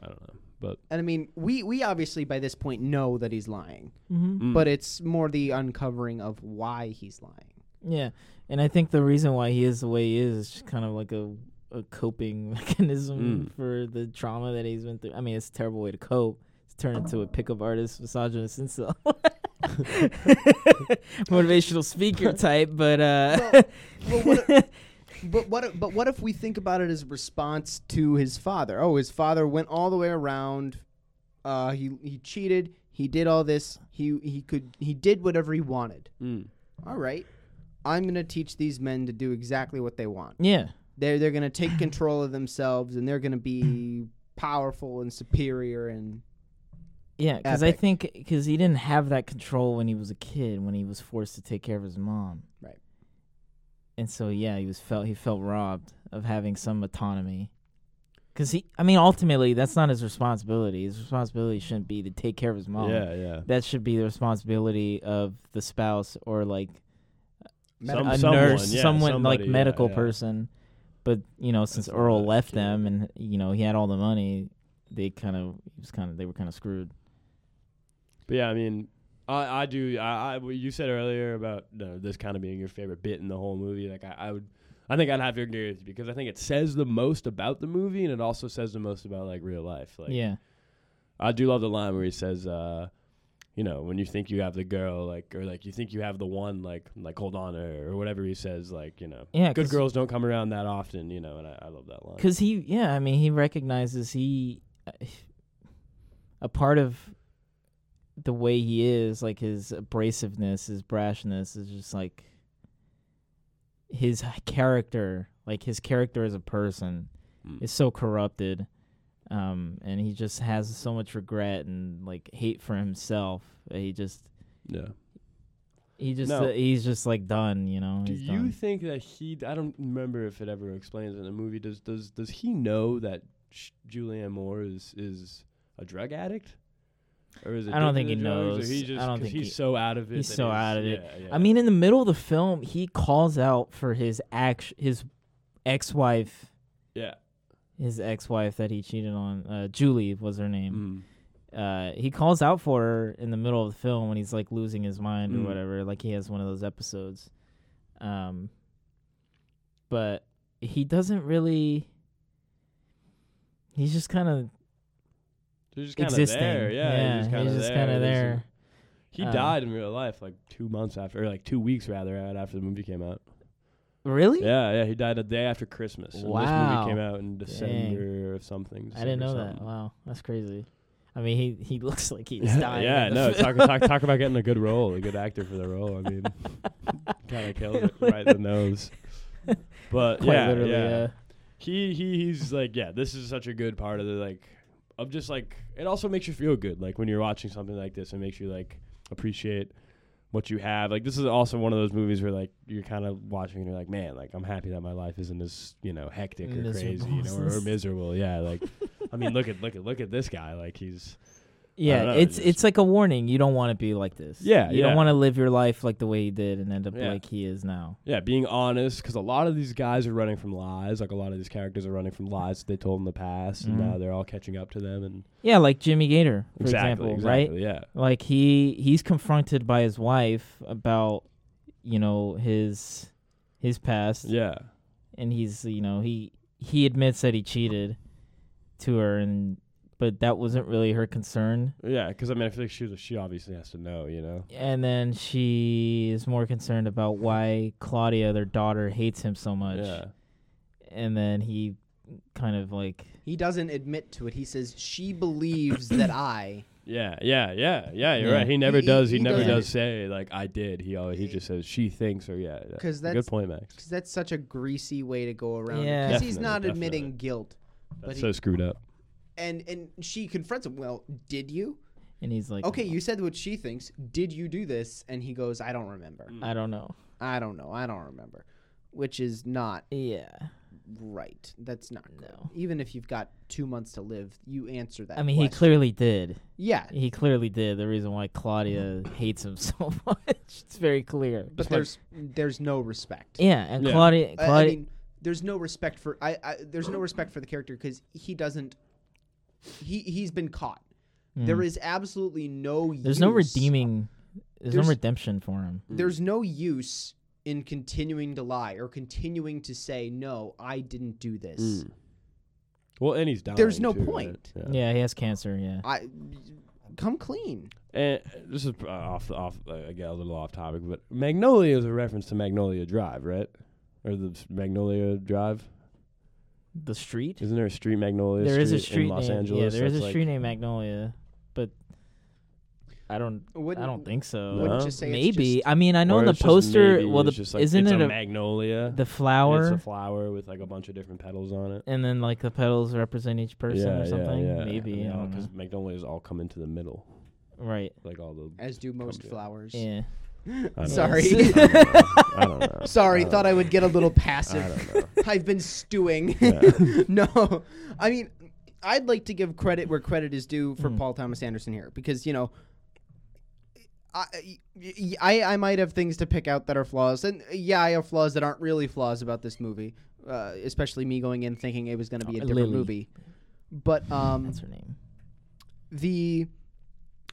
[SPEAKER 2] I don't know, but
[SPEAKER 3] And I mean, we we obviously by this point know that he's lying,
[SPEAKER 1] Mm-hmm.
[SPEAKER 2] mm,
[SPEAKER 3] but it's more the uncovering of why he's lying.
[SPEAKER 1] Yeah, and I think the reason why he is the way he is is just kind of like a a coping mechanism
[SPEAKER 2] Mm.
[SPEAKER 1] for the trauma that he's been through. I mean, it's a terrible way to cope. It's turned into a pickup artist, misogynist, and so motivational speaker type. But uh,
[SPEAKER 3] Well, what if, but what? If, but what if we think about it as a response to his father? Oh, his father went all the way around. Uh, he he cheated. He did all this. He he could he did whatever he wanted.
[SPEAKER 2] mm,
[SPEAKER 3] All right, I'm gonna teach these men to do exactly what they want.
[SPEAKER 1] yeah,
[SPEAKER 3] They're they're gonna take control of themselves and they're gonna be powerful and superior and
[SPEAKER 1] yeah, because I
[SPEAKER 3] Epic.
[SPEAKER 1] think because he didn't have that control when he was a kid when he was forced to take care of his mom.
[SPEAKER 3] Right.
[SPEAKER 1] And so yeah, he was felt he felt robbed of having some autonomy. Cause he, I mean, ultimately, that's not his responsibility. His responsibility shouldn't be to take care of his mom.
[SPEAKER 2] yeah, yeah.
[SPEAKER 1] That should be the responsibility of the spouse or like
[SPEAKER 2] Some-
[SPEAKER 1] a
[SPEAKER 2] someone,
[SPEAKER 1] nurse,
[SPEAKER 2] yeah,
[SPEAKER 1] someone
[SPEAKER 2] somebody,
[SPEAKER 1] like
[SPEAKER 2] yeah,
[SPEAKER 1] medical
[SPEAKER 2] yeah.
[SPEAKER 1] person. But you know, since
[SPEAKER 2] That's
[SPEAKER 1] Earl
[SPEAKER 2] not
[SPEAKER 1] left
[SPEAKER 2] good.
[SPEAKER 1] them and you know he had all the money, they kind of he was kind of they were kind of screwed.
[SPEAKER 2] But yeah, I mean, I I do I, I well, you said earlier about you know, this kind of being your favorite bit in the whole movie. Like I, I would, I think I'd have to agree with you because I think it says the most about the movie and it also says the most about like real life. Like
[SPEAKER 1] yeah,
[SPEAKER 2] I do love the line where he says, uh, you know, when you think you have the girl, like, or like you think you have the one, like, like hold on to her, or whatever he says, like, you know,
[SPEAKER 1] yeah.
[SPEAKER 2] good
[SPEAKER 1] 'cause-
[SPEAKER 2] girls don't come around that often, you know, and I, I love that line.
[SPEAKER 1] Because he, yeah, I mean, he recognizes he, uh, a part of the way he is, like his abrasiveness, his brashness, is just like his character, like his character as a person,
[SPEAKER 2] Mm.
[SPEAKER 1] is so corrupted, um, and he just has so much regret and like hate for himself. He just,
[SPEAKER 2] yeah.
[SPEAKER 1] he just, uh,
[SPEAKER 2] No.
[SPEAKER 1] he's just like done, you know.
[SPEAKER 2] Do
[SPEAKER 1] he's
[SPEAKER 2] you
[SPEAKER 1] done.
[SPEAKER 2] think that he? I don't remember if it ever explains in the movie. Does does does he know that Sh- Julianne Moore is is a drug addict, or is it?
[SPEAKER 1] I don't think he
[SPEAKER 2] addicted to drugs,
[SPEAKER 1] knows.
[SPEAKER 2] Or he
[SPEAKER 1] I
[SPEAKER 2] just,
[SPEAKER 1] don't
[SPEAKER 2] 'cause
[SPEAKER 1] think
[SPEAKER 2] he's
[SPEAKER 1] he-
[SPEAKER 2] so out of it.
[SPEAKER 1] he's
[SPEAKER 2] that
[SPEAKER 1] so out of it.
[SPEAKER 2] yeah, yeah.
[SPEAKER 1] I mean, in the middle of the film, he calls out for his act, his ex-wife,
[SPEAKER 2] yeah.
[SPEAKER 1] his ex-wife that he cheated on. Uh, Julie was her name.
[SPEAKER 2] Mm.
[SPEAKER 1] Uh, he calls out for her in the middle of the film when he's like losing his mind
[SPEAKER 2] Mm.
[SPEAKER 1] or whatever. Like he has one of those episodes. Um, but he doesn't really. He's just kind of
[SPEAKER 2] So he's just kind of
[SPEAKER 1] existing.
[SPEAKER 2] there. Yeah, he's just kind of there.
[SPEAKER 1] kinda
[SPEAKER 2] There's
[SPEAKER 1] there.
[SPEAKER 2] a- He
[SPEAKER 1] Uh,
[SPEAKER 2] died in real life, like two months after, or like two weeks rather, right after the movie came out.
[SPEAKER 1] Really?
[SPEAKER 2] Yeah, yeah, he died a day after Christmas. and
[SPEAKER 1] Wow.
[SPEAKER 2] this movie came out in December of something.
[SPEAKER 1] I didn't know
[SPEAKER 2] December
[SPEAKER 1] that.
[SPEAKER 2] something.
[SPEAKER 1] Wow, that's crazy. I mean, he he looks like he's
[SPEAKER 2] yeah,
[SPEAKER 1] dying.
[SPEAKER 2] yeah,
[SPEAKER 1] in the
[SPEAKER 2] no.
[SPEAKER 1] film.
[SPEAKER 2] Talk, talk, talk about getting a good role, a good actor for the role. I mean, kind of killed it right in the nose. But
[SPEAKER 1] Quite
[SPEAKER 2] yeah,
[SPEAKER 1] literally,
[SPEAKER 2] yeah.
[SPEAKER 1] yeah.
[SPEAKER 2] He he he's like, yeah, this is such a good part of the like, of just like, it also makes you feel good, like when you're watching something like this, it makes you like appreciate what you have. Like this is also one of those movies where like you're kind of watching and you're like, man, like I'm happy that my life isn't as you know hectic or crazy, you know,
[SPEAKER 1] Miserable.
[SPEAKER 2] or, or miserable. Yeah, like I mean, look at look at look at this guy. Like he's
[SPEAKER 1] Yeah,
[SPEAKER 2] don't know,
[SPEAKER 1] it's
[SPEAKER 2] it's-
[SPEAKER 1] it's like a warning. You don't want to be like this.
[SPEAKER 2] Yeah,
[SPEAKER 1] you
[SPEAKER 2] yeah.
[SPEAKER 1] don't want to live your life like the way he did and end up
[SPEAKER 2] Yeah.
[SPEAKER 1] like he is now.
[SPEAKER 2] yeah being honest because a lot of these guys are running from lies. Like a lot of these characters are running from lies that they told in the past,
[SPEAKER 1] Mhm.
[SPEAKER 2] and now they're all catching up to them. And
[SPEAKER 1] Yeah, like Jimmy Gator, for
[SPEAKER 2] exactly,
[SPEAKER 1] example, right?
[SPEAKER 2] exactly, yeah.
[SPEAKER 1] Like he he's confronted by his wife about you know his his past,
[SPEAKER 2] Yeah.
[SPEAKER 1] and he's you know he he admits that he cheated to her, and but that wasn't really her concern.
[SPEAKER 2] Yeah, because I mean, I feel like she she obviously has to know, you know.
[SPEAKER 1] And then she is more concerned about why Claudia, their daughter, hates him so much.
[SPEAKER 2] Yeah,
[SPEAKER 1] And then he kind of like
[SPEAKER 3] He doesn't admit to it. He says she believes that I.
[SPEAKER 2] yeah, yeah, yeah, yeah. You're
[SPEAKER 1] Yeah.
[SPEAKER 2] right. He never
[SPEAKER 3] He-
[SPEAKER 2] does. He,
[SPEAKER 3] he
[SPEAKER 2] never
[SPEAKER 1] doesn't-
[SPEAKER 2] does say like I did. He always, he just says she thinks or yeah. yeah.
[SPEAKER 3] 'Cause
[SPEAKER 2] good
[SPEAKER 3] that's-
[SPEAKER 2] point, Max.
[SPEAKER 3] Because that's such a greasy way to go around.
[SPEAKER 1] Yeah.
[SPEAKER 3] Because he's
[SPEAKER 2] Definitely,
[SPEAKER 3] not
[SPEAKER 2] definitely.
[SPEAKER 3] admitting guilt. But
[SPEAKER 2] That's
[SPEAKER 3] he,
[SPEAKER 2] so screwed up.
[SPEAKER 3] and and she confronts him. Well, did you?
[SPEAKER 1] and he's like
[SPEAKER 3] Okay, you said what she thinks. Did you do this? And he goes, I don't remember.
[SPEAKER 2] Mm.
[SPEAKER 1] I don't know.
[SPEAKER 3] I don't know. I don't remember. Which is not
[SPEAKER 1] Yeah.
[SPEAKER 3] right. That's not good.
[SPEAKER 1] No.
[SPEAKER 3] Even if you've got two months to live, you answer that.
[SPEAKER 1] I mean, he
[SPEAKER 3] question.
[SPEAKER 1] clearly did.
[SPEAKER 3] yeah,
[SPEAKER 1] He clearly did. The reason why Claudia hates him so much. It's very clear.
[SPEAKER 3] but there's there's no respect.
[SPEAKER 1] Yeah, and
[SPEAKER 2] Yeah.
[SPEAKER 1] Claudia
[SPEAKER 3] I-
[SPEAKER 1] Claudia
[SPEAKER 3] I mean, there's no respect for I, I there's no respect for the character because he doesn't. He he's been caught. There is absolutely no.
[SPEAKER 1] Hmm. there's no
[SPEAKER 3] use-
[SPEAKER 1] redeeming there's, no
[SPEAKER 3] There's-
[SPEAKER 1] redemption for him.
[SPEAKER 2] Hmm.
[SPEAKER 3] There's no use in continuing to lie or continuing to say no. I didn't do this.
[SPEAKER 2] Hmm. Well, and he's dying.
[SPEAKER 3] There's no
[SPEAKER 2] too, right?
[SPEAKER 3] point.
[SPEAKER 2] Yeah.
[SPEAKER 1] Yeah, he has cancer, yeah.
[SPEAKER 3] I come clean.
[SPEAKER 2] And this is uh, off the off uh, again a little off topic, but Magnolia is a reference to Magnolia Drive, right? Or the s- Magnolia Drive?
[SPEAKER 1] The street?
[SPEAKER 2] Isn't there a street Magnolia?
[SPEAKER 1] There is a
[SPEAKER 2] in
[SPEAKER 1] street
[SPEAKER 2] Los
[SPEAKER 1] named,
[SPEAKER 2] Angeles.
[SPEAKER 1] Yeah, there is
[SPEAKER 2] that's
[SPEAKER 1] a
[SPEAKER 2] like-
[SPEAKER 1] street named Magnolia, but I don't
[SPEAKER 3] Wouldn't,
[SPEAKER 1] I don't think so.
[SPEAKER 2] No?
[SPEAKER 3] Wouldn't you say it's
[SPEAKER 1] maybe.
[SPEAKER 3] just-
[SPEAKER 1] I mean, I know
[SPEAKER 2] or
[SPEAKER 1] in the
[SPEAKER 2] it's just
[SPEAKER 1] poster
[SPEAKER 2] maybe
[SPEAKER 1] well
[SPEAKER 2] it's
[SPEAKER 1] the
[SPEAKER 2] just like,
[SPEAKER 1] isn't
[SPEAKER 2] it's
[SPEAKER 1] it
[SPEAKER 2] a,
[SPEAKER 1] a,
[SPEAKER 2] magnolia?
[SPEAKER 1] the
[SPEAKER 2] It's a
[SPEAKER 1] flower
[SPEAKER 2] flower with like a bunch of different petals on it.
[SPEAKER 1] and then like the petals represent each person or something? Maybe. I don't
[SPEAKER 2] Because
[SPEAKER 1] know.
[SPEAKER 2] magnolias all come into the middle,
[SPEAKER 1] Right.
[SPEAKER 2] like all the.
[SPEAKER 3] As do most
[SPEAKER 2] Come to-
[SPEAKER 3] flowers.
[SPEAKER 1] Yeah.
[SPEAKER 2] I don't
[SPEAKER 3] Sorry.
[SPEAKER 2] know. I don't know.
[SPEAKER 3] Sorry,
[SPEAKER 2] I
[SPEAKER 3] thought I would get a little
[SPEAKER 2] I
[SPEAKER 3] passive.
[SPEAKER 2] don't know.
[SPEAKER 3] I've been stewing.
[SPEAKER 2] Yeah.
[SPEAKER 3] no, I mean, I'd like to give credit where credit is due for
[SPEAKER 2] Hmm.
[SPEAKER 1] Mm.
[SPEAKER 3] Paul Thomas Anderson here because you know, I, y- I I might have things to pick out that are flaws, and yeah, I have flaws that aren't really flaws about this movie, uh, especially me going in thinking it was going to be a
[SPEAKER 1] Uh,
[SPEAKER 3] different
[SPEAKER 1] Lily.
[SPEAKER 3] movie. But um,
[SPEAKER 1] That's her name.
[SPEAKER 3] the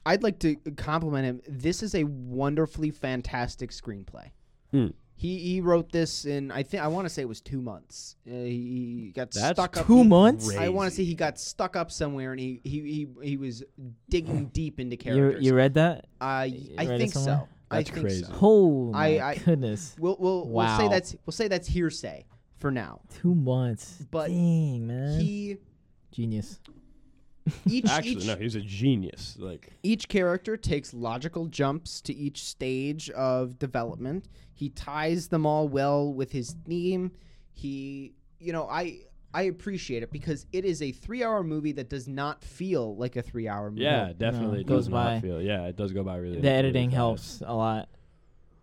[SPEAKER 3] I'd like to compliment him. This is a wonderfully fantastic screenplay.
[SPEAKER 2] Hmm.
[SPEAKER 3] He he wrote this in I think I want to say it was two months. Uh, he he got
[SPEAKER 2] That's
[SPEAKER 3] stuck up.
[SPEAKER 1] Two months?
[SPEAKER 3] I want to say he got stuck up somewhere and he he he, he was digging deep into
[SPEAKER 1] You,
[SPEAKER 3] characters.
[SPEAKER 1] you read that?
[SPEAKER 3] I
[SPEAKER 1] you
[SPEAKER 3] I
[SPEAKER 1] read it
[SPEAKER 3] think so.
[SPEAKER 1] somewhere?
[SPEAKER 3] I
[SPEAKER 2] That's
[SPEAKER 3] think
[SPEAKER 2] crazy.
[SPEAKER 3] so.
[SPEAKER 1] Oh my
[SPEAKER 3] I- I-
[SPEAKER 1] goodness!
[SPEAKER 3] We'll we'll, we'll say
[SPEAKER 1] Wow.
[SPEAKER 3] that's we'll say that's hearsay for now.
[SPEAKER 1] Two months.
[SPEAKER 3] But
[SPEAKER 1] Dang man,
[SPEAKER 3] He
[SPEAKER 1] genius.
[SPEAKER 3] each
[SPEAKER 2] Actually,
[SPEAKER 3] each
[SPEAKER 2] no, he's a genius. Like,
[SPEAKER 3] Each character takes logical jumps to each stage of development. He ties them all well with his theme. He, you know, I I appreciate it because it is a 3-hour movie that does not feel like a 3-hour movie.
[SPEAKER 2] yeah, definitely
[SPEAKER 1] it
[SPEAKER 2] it does
[SPEAKER 1] goes
[SPEAKER 2] not
[SPEAKER 1] by.
[SPEAKER 2] Feel, yeah, it does go by really.
[SPEAKER 1] The editing helps a lot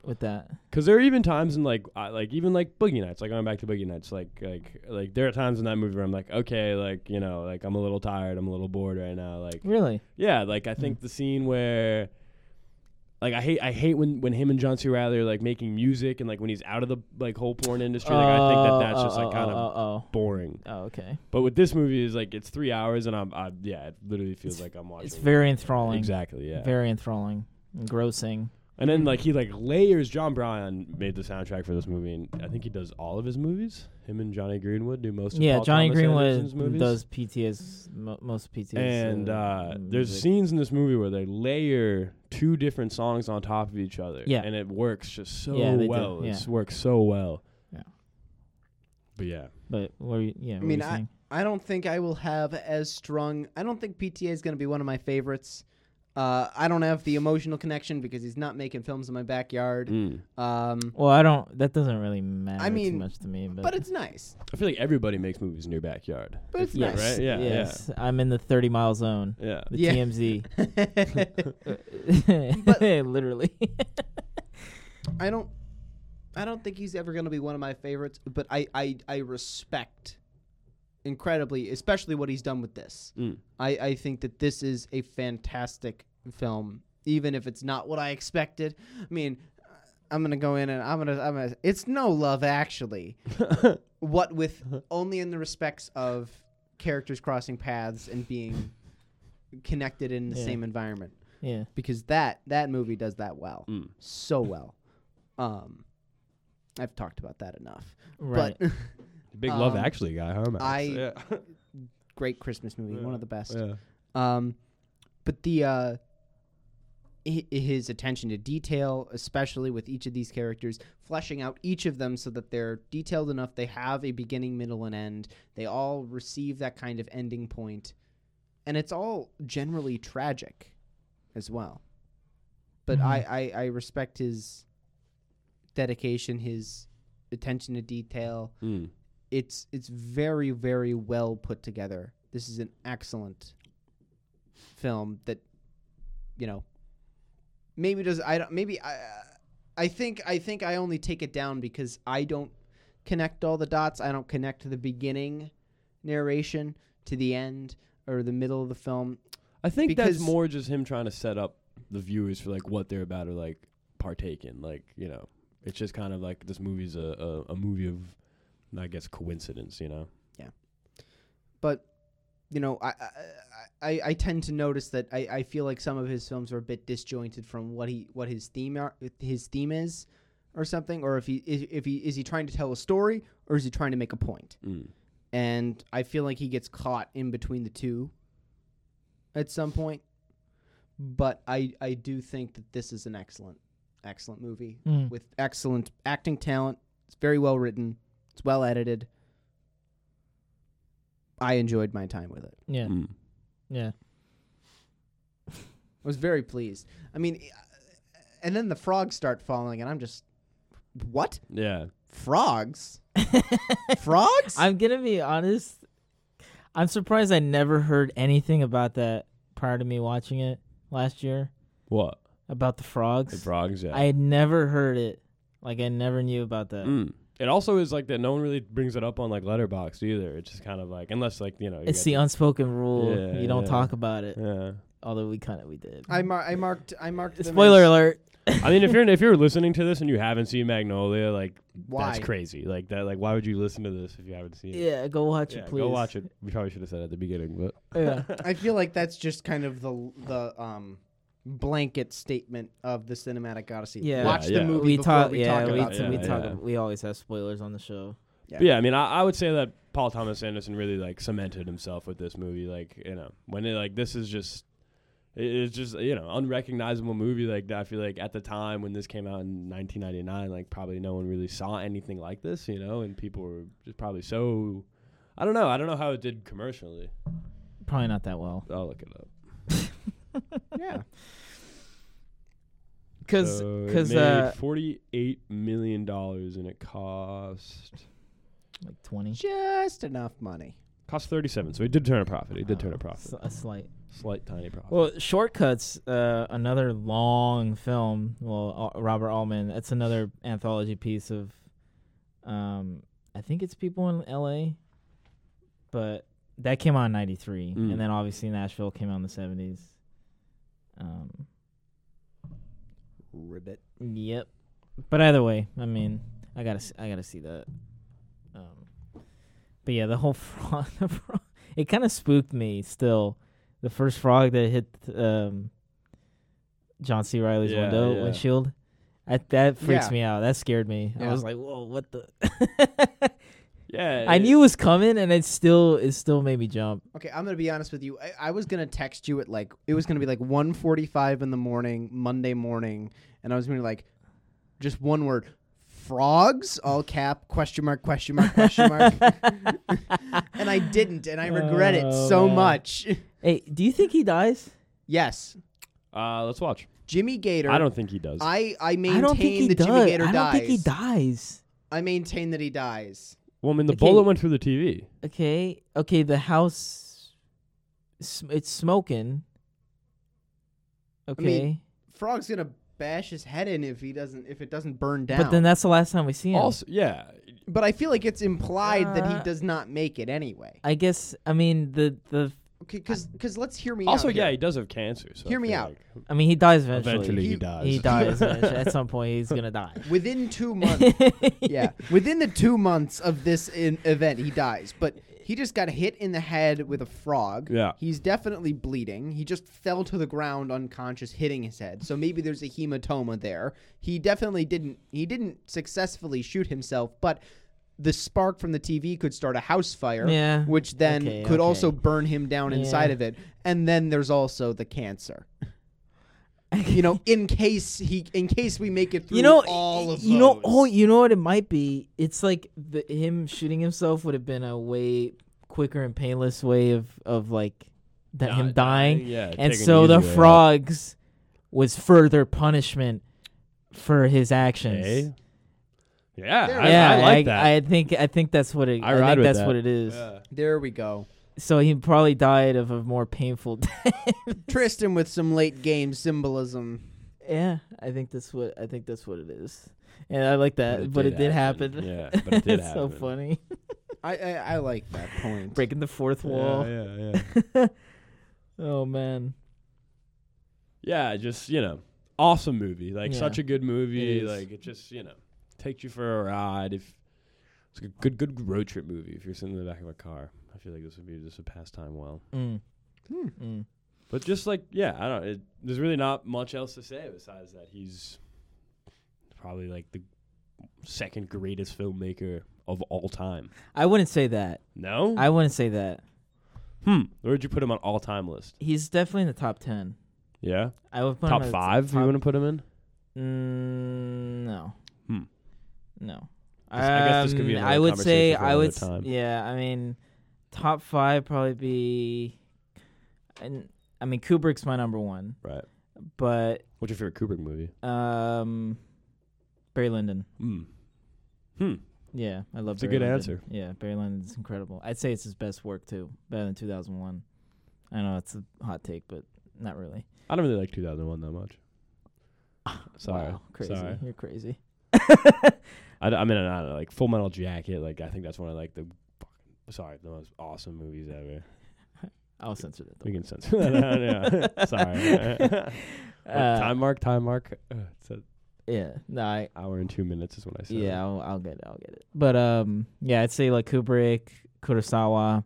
[SPEAKER 1] with that.
[SPEAKER 2] because there are even times in like, I, like even like Boogie Nights. Like going back to Boogie Nights, like like like there are times in that movie where I'm like, okay, like you know, like I'm a little tired, I'm a little bored right now. Like,
[SPEAKER 1] Really?
[SPEAKER 2] Yeah, like I
[SPEAKER 1] Mm.
[SPEAKER 2] think the scene where like I hate I hate when when him and John C. Riley are like making music and like when he's out of the like whole porn industry, like I
[SPEAKER 1] Uh,
[SPEAKER 2] think that that's just like kind of
[SPEAKER 1] oh,
[SPEAKER 2] boring.
[SPEAKER 1] oh, oh, okay.
[SPEAKER 2] But with this movie is like it's 3 hours and I'm I, yeah, it literally feels like I'm watching
[SPEAKER 1] It's very enthralling.
[SPEAKER 2] Exactly, yeah.
[SPEAKER 1] Very enthralling. Engrossing.
[SPEAKER 2] and then like he like layers John Bryan made the soundtrack for this movie and I think he does all of his movies. Him and Johnny Greenwood do most of
[SPEAKER 1] yeah,
[SPEAKER 2] Paul
[SPEAKER 1] Johnny
[SPEAKER 2] Thomas Anderson's
[SPEAKER 1] Greenwood
[SPEAKER 2] movies.
[SPEAKER 1] does PTA's mo- most PTA's.
[SPEAKER 2] and
[SPEAKER 1] uh,
[SPEAKER 2] uh, there's
[SPEAKER 1] music.
[SPEAKER 2] scenes in this movie where they layer two different songs on top of each other.
[SPEAKER 1] Yeah.
[SPEAKER 2] and it works just so
[SPEAKER 1] Yeah, they do,
[SPEAKER 2] well.
[SPEAKER 1] yeah.
[SPEAKER 2] It works so well.
[SPEAKER 1] Yeah.
[SPEAKER 2] but yeah,
[SPEAKER 1] But what were you, yeah, what
[SPEAKER 3] mean,
[SPEAKER 1] were you
[SPEAKER 3] I-
[SPEAKER 1] saying?
[SPEAKER 3] I don't think I will have as strong. I don't think PTA is going to be one of my favorites. Uh, I don't have the emotional connection because he's not making films in my backyard.
[SPEAKER 1] Mm.
[SPEAKER 3] Um,
[SPEAKER 1] well, I don't. That doesn't really matter
[SPEAKER 3] mean,
[SPEAKER 1] too much to me. But,
[SPEAKER 3] but it's nice.
[SPEAKER 2] I feel like everybody makes movies in your backyard.
[SPEAKER 3] But it's
[SPEAKER 1] yes,
[SPEAKER 3] nice.
[SPEAKER 2] right? Yeah, yeah.
[SPEAKER 1] yes, I'm in the 30 mile zone.
[SPEAKER 2] Yeah,
[SPEAKER 1] The
[SPEAKER 3] Yeah.
[SPEAKER 1] TMZ.
[SPEAKER 3] Right?
[SPEAKER 1] Literally.
[SPEAKER 3] I don't I don't think he's ever going to be one of my favorites, but I I I respect incredibly, especially what he's done with this.
[SPEAKER 2] Mm.
[SPEAKER 3] I I think that this is a fantastic film, even if it's not what I expected. I mean, I'm gonna go in and I'm gonna I'm gonna. It's no love actually. what with only in the respects of characters crossing paths and being connected in the
[SPEAKER 1] Yeah.
[SPEAKER 3] same environment
[SPEAKER 1] Yeah.
[SPEAKER 3] because that that movie does that well
[SPEAKER 2] Mm.
[SPEAKER 3] so well um i've talked about that enough
[SPEAKER 1] Right.
[SPEAKER 3] but
[SPEAKER 2] Big love
[SPEAKER 3] Um,
[SPEAKER 2] actually guy, huh? Max?
[SPEAKER 3] I-
[SPEAKER 2] yeah.
[SPEAKER 3] great christmas movie one of the best
[SPEAKER 2] yeah.
[SPEAKER 3] um but the uh hi- his attention to detail especially with each of these characters fleshing out each of them so that they're detailed enough they have a beginning middle and end they all receive that kind of ending point and it's all generally tragic as well but I, I i respect his dedication his attention to detail
[SPEAKER 2] Mm.
[SPEAKER 3] it's it's very very well put together. This is an excellent film that you know maybe does I don't maybe I I think I think I only take it down because I don't connect all the dots. I don't connect the beginning narration to the end or the middle of the film.
[SPEAKER 2] I think that's
[SPEAKER 3] Because-
[SPEAKER 2] more just him trying to set up the viewers for like what they're about to like partake in. Like you know, it's just kind of like this movie's a a, a movie of, I guess, coincidence. You know.
[SPEAKER 3] But you know, I I, I, I tend to notice that I, I feel like some of his films are a bit disjointed from what he what his theme are, his theme is or something or if he if if he is he trying to tell a story or is he trying to make a point?
[SPEAKER 2] Mm.
[SPEAKER 3] And I feel like he gets caught in between the two at some point. But I I do think that this is an excellent excellent movie
[SPEAKER 1] Mm.
[SPEAKER 3] with excellent acting talent. It's very well written. It's well edited. I enjoyed my time with it.
[SPEAKER 1] Yeah.
[SPEAKER 2] Mm.
[SPEAKER 1] Yeah.
[SPEAKER 3] I was very pleased. I mean, e, uh, and then the frogs start falling, and I'm just, what?
[SPEAKER 2] Yeah.
[SPEAKER 3] Frogs? frogs?
[SPEAKER 1] I'm gonna be honest. I'm surprised I never heard anything about that prior to me watching it last year
[SPEAKER 2] What
[SPEAKER 1] about the
[SPEAKER 2] the
[SPEAKER 1] frogs.
[SPEAKER 2] frogs? Yeah.
[SPEAKER 1] I uh, had never heard it. Like I never knew about that.
[SPEAKER 2] Mm. It also is like that. No one really brings it up on like Letterboxd either. It's just kind of like unless like you know. you
[SPEAKER 1] It's the
[SPEAKER 2] got
[SPEAKER 1] unspoken rule.
[SPEAKER 2] Yeah,
[SPEAKER 1] you don't
[SPEAKER 2] yeah.
[SPEAKER 1] talk about it.
[SPEAKER 2] yeah.
[SPEAKER 1] Although we kind of we did.
[SPEAKER 3] I, mar- I marked. I marked. them
[SPEAKER 1] Spoiler
[SPEAKER 3] as-
[SPEAKER 1] alert.
[SPEAKER 2] I mean, if you're if you're listening to this and you haven't seen Magnolia, like
[SPEAKER 3] Why?
[SPEAKER 2] that's crazy. Like that. Like why would you listen to this if you haven't seen it?
[SPEAKER 1] Yeah, go watch it, please.
[SPEAKER 2] go watch it. We probably should have said it at the beginning, but
[SPEAKER 1] Yeah.
[SPEAKER 3] I feel like that's just kind of the the um blanket statement of the cinematic odyssey.
[SPEAKER 1] Yeah.
[SPEAKER 3] Watch
[SPEAKER 2] Yeah,
[SPEAKER 3] the
[SPEAKER 2] yeah.
[SPEAKER 3] movie
[SPEAKER 1] we
[SPEAKER 3] before
[SPEAKER 1] talk.
[SPEAKER 3] we
[SPEAKER 1] Yeah,
[SPEAKER 3] talk
[SPEAKER 1] we,
[SPEAKER 3] about
[SPEAKER 1] t-
[SPEAKER 3] the
[SPEAKER 2] yeah,
[SPEAKER 1] we
[SPEAKER 3] movie.
[SPEAKER 1] talk.
[SPEAKER 2] yeah.
[SPEAKER 1] We always have spoilers on the show.
[SPEAKER 3] Yeah.
[SPEAKER 2] But yeah, I mean, I, I would say that Paul Thomas Anderson really like cemented himself with this movie. Like, you know, when it, like this is just, it- it's just you know unrecognizable movie. Like I feel like at the time when this came out in 1999, like probably no one really saw anything like this, you know, and people were just probably so. I don't know. I don't know how it did commercially.
[SPEAKER 1] Probably not that well.
[SPEAKER 2] I'll look it up.
[SPEAKER 3] Yeah.
[SPEAKER 1] Because
[SPEAKER 2] So it
[SPEAKER 1] because
[SPEAKER 2] made
[SPEAKER 1] uh,
[SPEAKER 2] 48 million dollars and it cost
[SPEAKER 1] like twenty.
[SPEAKER 3] Just enough money.
[SPEAKER 2] cost 37. So it did turn a profit. It did turn
[SPEAKER 1] Oh,
[SPEAKER 2] a
[SPEAKER 1] s-
[SPEAKER 2] profit.
[SPEAKER 1] A slight.
[SPEAKER 2] Slight tiny profit.
[SPEAKER 1] Well, Shortcuts, uh, another long film. Well, Al- Robert Altman. That's another anthology piece of, um, I think it's people in L.A., but that came out in '93,
[SPEAKER 2] Mm.
[SPEAKER 1] and then obviously Nashville came out in the '70s. Um,
[SPEAKER 3] Ribbit.
[SPEAKER 1] yep. But either way, I mean, I gotta, s- I gotta see that. Um, but yeah, the whole frog, the frog it kind of spooked me. Still, the first frog that hit um, John C. Riley's
[SPEAKER 2] Yeah,
[SPEAKER 1] window
[SPEAKER 2] yeah.
[SPEAKER 1] windshield, that that freaks
[SPEAKER 3] Yeah.
[SPEAKER 1] me out. That scared me. I
[SPEAKER 3] Yeah.
[SPEAKER 1] was like, whoa, what the?
[SPEAKER 2] yeah.
[SPEAKER 1] I
[SPEAKER 2] it-
[SPEAKER 1] knew it was coming, and it still, it still made me jump.
[SPEAKER 3] Okay, I'm gonna be honest with you. I, I was gonna text you at like it was gonna be like 1:45 in the morning, Monday morning, and I was gonna be like, just one word, frogs, all cap, question mark, question mark, question mark, and I didn't, and I regret
[SPEAKER 1] Oh,
[SPEAKER 3] it so
[SPEAKER 1] man.
[SPEAKER 3] much.
[SPEAKER 1] Hey, do you think he dies?
[SPEAKER 3] yes,
[SPEAKER 2] Uh, let's watch.
[SPEAKER 3] Jimmy Gator.
[SPEAKER 2] I don't think he does.
[SPEAKER 3] I I maintain
[SPEAKER 1] I don't think he
[SPEAKER 3] that
[SPEAKER 1] does.
[SPEAKER 3] Jimmy Gator
[SPEAKER 1] I don't
[SPEAKER 3] dies.
[SPEAKER 1] think he dies.
[SPEAKER 3] I maintain that he dies.
[SPEAKER 2] well, I mean, the
[SPEAKER 1] Okay.
[SPEAKER 2] bullet went through the TV.
[SPEAKER 1] Okay, okay, the house, sm- it's smoking. Okay.
[SPEAKER 3] mean, Frog's gonna bash his head in if he doesn't if it doesn't burn down.
[SPEAKER 1] But then that's the last time we see him.
[SPEAKER 2] Also, yeah,
[SPEAKER 3] But I feel like it's implied that he
[SPEAKER 1] Uh,
[SPEAKER 3] does not make it anyway.
[SPEAKER 1] I guess I mean the the
[SPEAKER 3] Okay, because because let's hear me
[SPEAKER 2] Um, also
[SPEAKER 3] out.
[SPEAKER 2] yeah,
[SPEAKER 3] here.
[SPEAKER 2] he does have cancer. So I
[SPEAKER 3] Hear me
[SPEAKER 2] feel
[SPEAKER 3] out.
[SPEAKER 2] like
[SPEAKER 1] I mean he dies eventually.
[SPEAKER 2] Eventually, he,
[SPEAKER 3] He-
[SPEAKER 2] dies.
[SPEAKER 1] He dies eventually. at some point. He's gonna die.
[SPEAKER 3] within two months. yeah, within the two months of this in- event, he dies. But he just got hit in the head with a frog.
[SPEAKER 2] Yeah.
[SPEAKER 3] he's definitely bleeding. He just fell to the ground unconscious, hitting his head. So maybe there's a hematoma there. He definitely didn't. He didn't successfully shoot himself, but. The spark from the TV could start a house fire,
[SPEAKER 1] Yeah.
[SPEAKER 3] which then
[SPEAKER 1] Okay,
[SPEAKER 3] could
[SPEAKER 1] okay.
[SPEAKER 3] also burn him down
[SPEAKER 1] Yeah.
[SPEAKER 3] inside of it. And then there's also the cancer. you know, in case he, in case we make it through
[SPEAKER 1] You know,
[SPEAKER 3] all of
[SPEAKER 1] you know,
[SPEAKER 3] those.
[SPEAKER 1] oh, you know what it might be. It's like the, him shooting himself would have been a way quicker and painless way of of like that him
[SPEAKER 2] Not
[SPEAKER 1] dying.
[SPEAKER 2] Yeah,
[SPEAKER 1] and
[SPEAKER 2] taking
[SPEAKER 1] so the
[SPEAKER 2] the easy way out.
[SPEAKER 1] frogs was further punishment for his actions.
[SPEAKER 2] Okay. Yeah,
[SPEAKER 3] There
[SPEAKER 2] Eh? I,
[SPEAKER 1] yeah,
[SPEAKER 2] I like that.
[SPEAKER 1] I think I think that's what it. I,
[SPEAKER 2] I ride
[SPEAKER 1] think
[SPEAKER 2] with
[SPEAKER 1] that's
[SPEAKER 2] that.
[SPEAKER 1] what it is.
[SPEAKER 2] Yeah.
[SPEAKER 3] There we go.
[SPEAKER 1] So he probably died of a more painful death.
[SPEAKER 3] Tristan with some late game symbolism.
[SPEAKER 1] yeah, I think that's what I think that's what it is. And I like that, but it did, happen.
[SPEAKER 2] Yeah, but it did
[SPEAKER 1] it's
[SPEAKER 2] happen.
[SPEAKER 1] so funny.
[SPEAKER 3] I, I I like that point.
[SPEAKER 1] Breaking the fourth wall.
[SPEAKER 2] Yeah, yeah, yeah.
[SPEAKER 1] Oh man.
[SPEAKER 2] yeah, just you know, awesome movie. Like
[SPEAKER 1] Yeah.
[SPEAKER 2] such a good movie.
[SPEAKER 1] It is.
[SPEAKER 2] like it just you know takes you for a ride. If it's a good good road trip movie. If you're sitting in the back of a car, I feel like this would be just a pastime well.
[SPEAKER 1] Mm.
[SPEAKER 3] Hmm.
[SPEAKER 1] Mm.
[SPEAKER 2] But just like yeah, I don't. It, there's really not much else to say besides that he's probably like the second greatest filmmaker of all time.
[SPEAKER 1] I wouldn't say that.
[SPEAKER 2] No,
[SPEAKER 1] I wouldn't say that.
[SPEAKER 2] hmm. Where would you put him on all time list?
[SPEAKER 1] He's definitely in the top ten.
[SPEAKER 2] Yeah,
[SPEAKER 1] I would put him
[SPEAKER 2] top
[SPEAKER 1] at the
[SPEAKER 2] five.
[SPEAKER 1] top-
[SPEAKER 2] you want to put him in?
[SPEAKER 1] Mm, no.
[SPEAKER 2] Hmm.
[SPEAKER 1] No.
[SPEAKER 2] This- I guess this could be
[SPEAKER 1] Um,
[SPEAKER 2] another
[SPEAKER 1] I would say
[SPEAKER 2] conversation for
[SPEAKER 1] I
[SPEAKER 2] another
[SPEAKER 1] would. s-
[SPEAKER 2] time.
[SPEAKER 1] Yeah, I mean, top five probably be. And I mean, Kubrick's my number one,
[SPEAKER 2] Right.
[SPEAKER 1] but
[SPEAKER 2] What's your favorite Kubrick movie?
[SPEAKER 1] um, Barry Lyndon.
[SPEAKER 2] Hmm. Hmm.
[SPEAKER 1] Yeah, I love.
[SPEAKER 2] It's a
[SPEAKER 1] Barry
[SPEAKER 2] good
[SPEAKER 1] Lyndon.
[SPEAKER 2] answer.
[SPEAKER 1] Yeah, Barry Lyndon's incredible. I'd say it's his best work too, better than 2001. I know it's a hot take, but not really.
[SPEAKER 2] I don't really like 2001 that much. Sorry.
[SPEAKER 1] Wow, crazy.
[SPEAKER 2] Sorry.
[SPEAKER 1] You're crazy.
[SPEAKER 2] I, d- I mean, I don't know, like Full Metal Jacket. Like, I think that's one of like the fucking sorry, the most awesome movies ever.
[SPEAKER 1] I'll censor that.
[SPEAKER 2] We can sense. yeah. Sorry. What,
[SPEAKER 1] Uh,
[SPEAKER 2] time mark. Time mark. Uh, it's an
[SPEAKER 1] Yeah. No, I,
[SPEAKER 2] hour and two minutes is what I said.
[SPEAKER 1] Yeah, I'll, I'll get it. I'll get it. But um, yeah, I'd say like Kubrick, Kurosawa,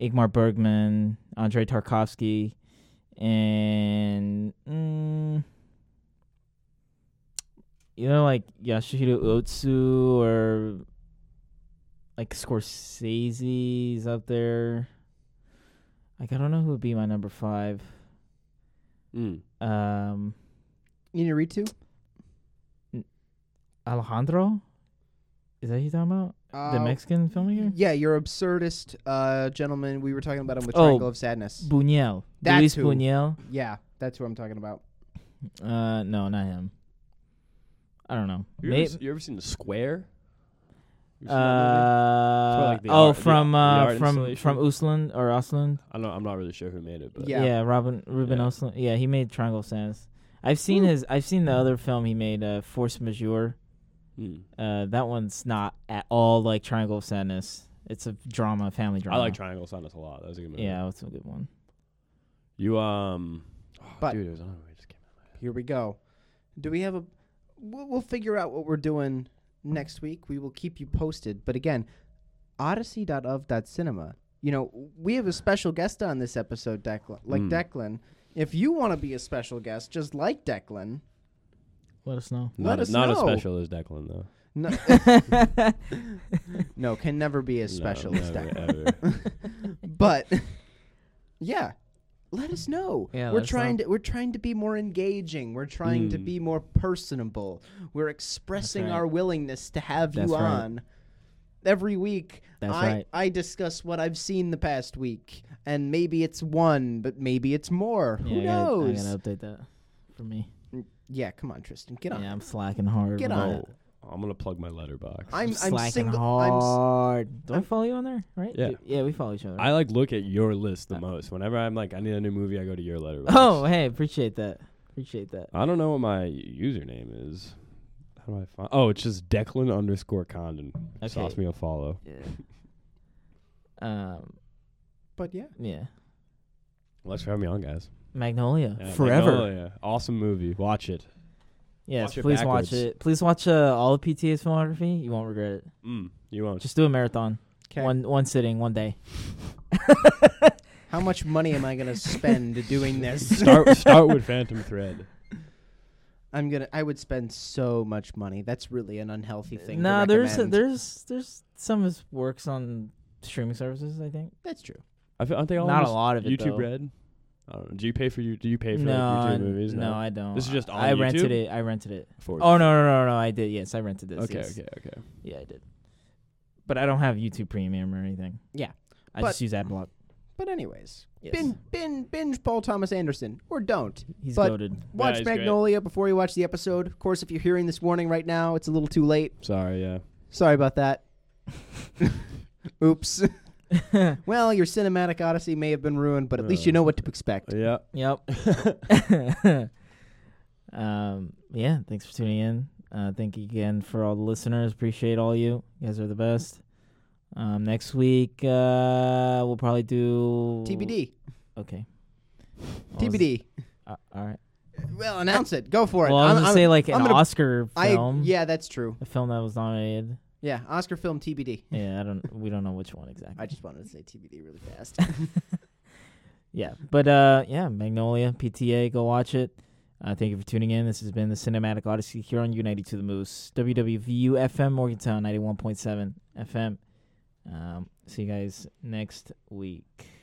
[SPEAKER 1] Igmar Bergman, Andrei Tarkovsky, and mm, you know like Yasuhiro Ozu or like Scorsese's up there. Like I don't know who would be my number five.
[SPEAKER 2] Mm.
[SPEAKER 1] Um,
[SPEAKER 3] Inarritu.
[SPEAKER 1] Alejandro, is that who you talking about? the
[SPEAKER 3] Uh,
[SPEAKER 1] Mexican filmmaker.
[SPEAKER 3] Yeah, your absurdist uh, gentleman. We were talking about him with
[SPEAKER 1] Oh.
[SPEAKER 3] Triangle of Sadness.
[SPEAKER 1] Buñuel.
[SPEAKER 3] That's
[SPEAKER 1] Luis
[SPEAKER 3] who.
[SPEAKER 1] Buñuel.
[SPEAKER 3] Yeah, that's what I'm talking about.
[SPEAKER 1] Uh, no, not him. I don't know.
[SPEAKER 2] You,
[SPEAKER 1] May-
[SPEAKER 2] ever, s- you ever seen The Square? You seen that movie?
[SPEAKER 1] uh,
[SPEAKER 2] like the
[SPEAKER 1] oh,
[SPEAKER 2] art- the-
[SPEAKER 1] from
[SPEAKER 2] the
[SPEAKER 1] uh,
[SPEAKER 2] art
[SPEAKER 1] from
[SPEAKER 2] installation?
[SPEAKER 1] from Usland or Osland.
[SPEAKER 2] I don't. I'm not really sure who made it, but
[SPEAKER 3] Yeah.
[SPEAKER 1] Yeah, Robin Ruben
[SPEAKER 2] Yeah.
[SPEAKER 1] Osland. Yeah, he made Triangle of Sadness. I've seen
[SPEAKER 3] Hmm.
[SPEAKER 1] his. I've seen the other film he made, uh, Force Majeure.
[SPEAKER 2] Mm.
[SPEAKER 1] Uh, that one's not at all like Triangle of Sadness. It's a drama, family drama.
[SPEAKER 2] I like Triangle Sadness a lot. That was a good movie.
[SPEAKER 1] Yeah, it's a good one.
[SPEAKER 2] You um. Oh,
[SPEAKER 3] But-
[SPEAKER 2] dude, it was another movie that just came out.
[SPEAKER 3] Here we go. Do we have a? We'll, we'll figure out what we're doing next week. We will keep you posted. But again, Odyssey.of.cinema. You know, we have a special guest on this episode, Declan. Like
[SPEAKER 2] Mm.
[SPEAKER 3] Declan, if you want to be a special guest, just like Declan.
[SPEAKER 1] Let us know.
[SPEAKER 3] Let
[SPEAKER 2] Not,
[SPEAKER 3] us
[SPEAKER 2] a, not as
[SPEAKER 3] know.
[SPEAKER 2] special as Declan though.
[SPEAKER 3] No, no can never be as
[SPEAKER 2] No,
[SPEAKER 3] special as
[SPEAKER 2] never,
[SPEAKER 3] Declan.
[SPEAKER 2] ever.
[SPEAKER 3] but yeah let us know
[SPEAKER 1] Yeah, let
[SPEAKER 3] we're
[SPEAKER 1] us
[SPEAKER 3] trying to we're trying to be more engaging we're trying to
[SPEAKER 2] Mm.
[SPEAKER 3] be more personable we're expressing
[SPEAKER 1] right.
[SPEAKER 3] our willingness to have
[SPEAKER 1] That's
[SPEAKER 3] you
[SPEAKER 1] right.
[SPEAKER 3] on every week
[SPEAKER 1] That's
[SPEAKER 3] I,
[SPEAKER 1] right.
[SPEAKER 3] I discuss what i've seen the past week and maybe it's one but maybe it's more who
[SPEAKER 1] yeah, I gotta-
[SPEAKER 3] knows
[SPEAKER 1] I gotta update that for me.
[SPEAKER 3] yeah come on tristan get on
[SPEAKER 1] Yeah, I'm slacking hard.
[SPEAKER 3] Get
[SPEAKER 1] with
[SPEAKER 3] on
[SPEAKER 1] that.
[SPEAKER 3] it.
[SPEAKER 2] I'm gonna plug my letterbox.
[SPEAKER 3] i'm i'm
[SPEAKER 1] slacking
[SPEAKER 3] single i'm s-
[SPEAKER 1] hard. Do i
[SPEAKER 3] I'm-
[SPEAKER 1] follow you on there? Right?
[SPEAKER 2] Yeah.
[SPEAKER 1] Do- yeah, we follow each other.
[SPEAKER 2] I like look at your list the
[SPEAKER 1] Uh,
[SPEAKER 2] most. Whenever I'm like, I need a new movie, I go to your letterbox.
[SPEAKER 1] oh, hey, Oh, appreciate that. Appreciate that.
[SPEAKER 2] I don't know what my username is. How do I find? Oh, it's just Declan underscore Condon.
[SPEAKER 1] Okay.
[SPEAKER 2] Sauce me a follow.
[SPEAKER 1] Yeah. Um.
[SPEAKER 3] But yeah,
[SPEAKER 1] Yeah.
[SPEAKER 2] Well, thanks for having me on, guys.
[SPEAKER 1] Magnolia.
[SPEAKER 2] Yeah,
[SPEAKER 1] Forever.
[SPEAKER 2] Magnolia. Awesome movie. Watch it.
[SPEAKER 1] Yes.
[SPEAKER 2] Watch it
[SPEAKER 1] please
[SPEAKER 2] backwards.
[SPEAKER 1] watch it. Please watch uh, all of PTA's filmography. You won't regret it.
[SPEAKER 2] Mm, you won't.
[SPEAKER 1] Just do a marathon.
[SPEAKER 3] 'Kay.
[SPEAKER 1] One one sitting, one day.
[SPEAKER 3] How much money am I gonna spend doing this?
[SPEAKER 2] start start with Phantom Thread.
[SPEAKER 3] I'm gonna. I would spend so much money. That's really an unhealthy thing. to
[SPEAKER 1] Uh, Nah, there's
[SPEAKER 3] recommend.
[SPEAKER 1] there's there's some of his works on streaming services. I think
[SPEAKER 3] That's true.
[SPEAKER 2] I feel, aren't they all
[SPEAKER 1] not
[SPEAKER 2] just
[SPEAKER 1] a lot of it.
[SPEAKER 2] YouTube
[SPEAKER 1] though.
[SPEAKER 2] Red? I don't know. Do you pay for you? Do you pay for
[SPEAKER 1] no,
[SPEAKER 2] like, YouTube
[SPEAKER 1] n-
[SPEAKER 2] movies?
[SPEAKER 1] no, I don't.
[SPEAKER 2] This is just on
[SPEAKER 1] I rented
[SPEAKER 2] YouTube?
[SPEAKER 1] it. I rented it.
[SPEAKER 2] For
[SPEAKER 1] Oh no, no, no, no! I did. Yes, I rented this.
[SPEAKER 2] Okay,
[SPEAKER 1] yes.
[SPEAKER 2] okay, okay.
[SPEAKER 1] Yeah, I did. But I don't have YouTube Premium or anything.
[SPEAKER 3] Yeah,
[SPEAKER 1] I
[SPEAKER 3] but-
[SPEAKER 1] just use AdBlock.
[SPEAKER 3] But anyways,
[SPEAKER 1] Yes.
[SPEAKER 3] bin, bin, binge Paul Thomas Anderson or don't.
[SPEAKER 1] He's
[SPEAKER 3] but-
[SPEAKER 1] goaded.
[SPEAKER 3] Watch
[SPEAKER 2] he's great.
[SPEAKER 3] Magnolia before you watch the episode. Of course, if you're hearing this warning right now, it's a little too late.
[SPEAKER 2] Sorry, yeah.
[SPEAKER 3] Sorry about that. Oops. well, your cinematic odyssey may have been ruined, but at least you
[SPEAKER 1] Uh,
[SPEAKER 3] know what to expect.
[SPEAKER 2] Yeah.
[SPEAKER 1] Yep. um. Yeah. Thanks for tuning in. Uh, thank you again for all the listeners. Appreciate all you. You guys are the best. Um, next week, uh, we'll probably do
[SPEAKER 3] TBD.
[SPEAKER 1] Okay. Well,
[SPEAKER 3] TBD.
[SPEAKER 1] uh, all right.
[SPEAKER 3] Well, announce it. Go for it.
[SPEAKER 1] Well, I was
[SPEAKER 3] I'm-
[SPEAKER 1] gonna
[SPEAKER 3] I'm-
[SPEAKER 1] say like an
[SPEAKER 3] I'm gonna-
[SPEAKER 1] Oscar
[SPEAKER 3] I,
[SPEAKER 1] film.
[SPEAKER 3] yeah, that's true.
[SPEAKER 1] A film that was nominated.
[SPEAKER 3] Yeah, Oscar film TBD.
[SPEAKER 1] Yeah. I don't. we don't know which one exactly.
[SPEAKER 3] I just wanted to say TBD really fast.
[SPEAKER 1] Yeah, but uh, yeah, Magnolia, PTA, go watch it. Uh, thank you for tuning in. This has been the Cinematic Odyssey here on United to the Moose, WWVU FM, Morgantown, ninety one point seven FM. Um, see you guys next week.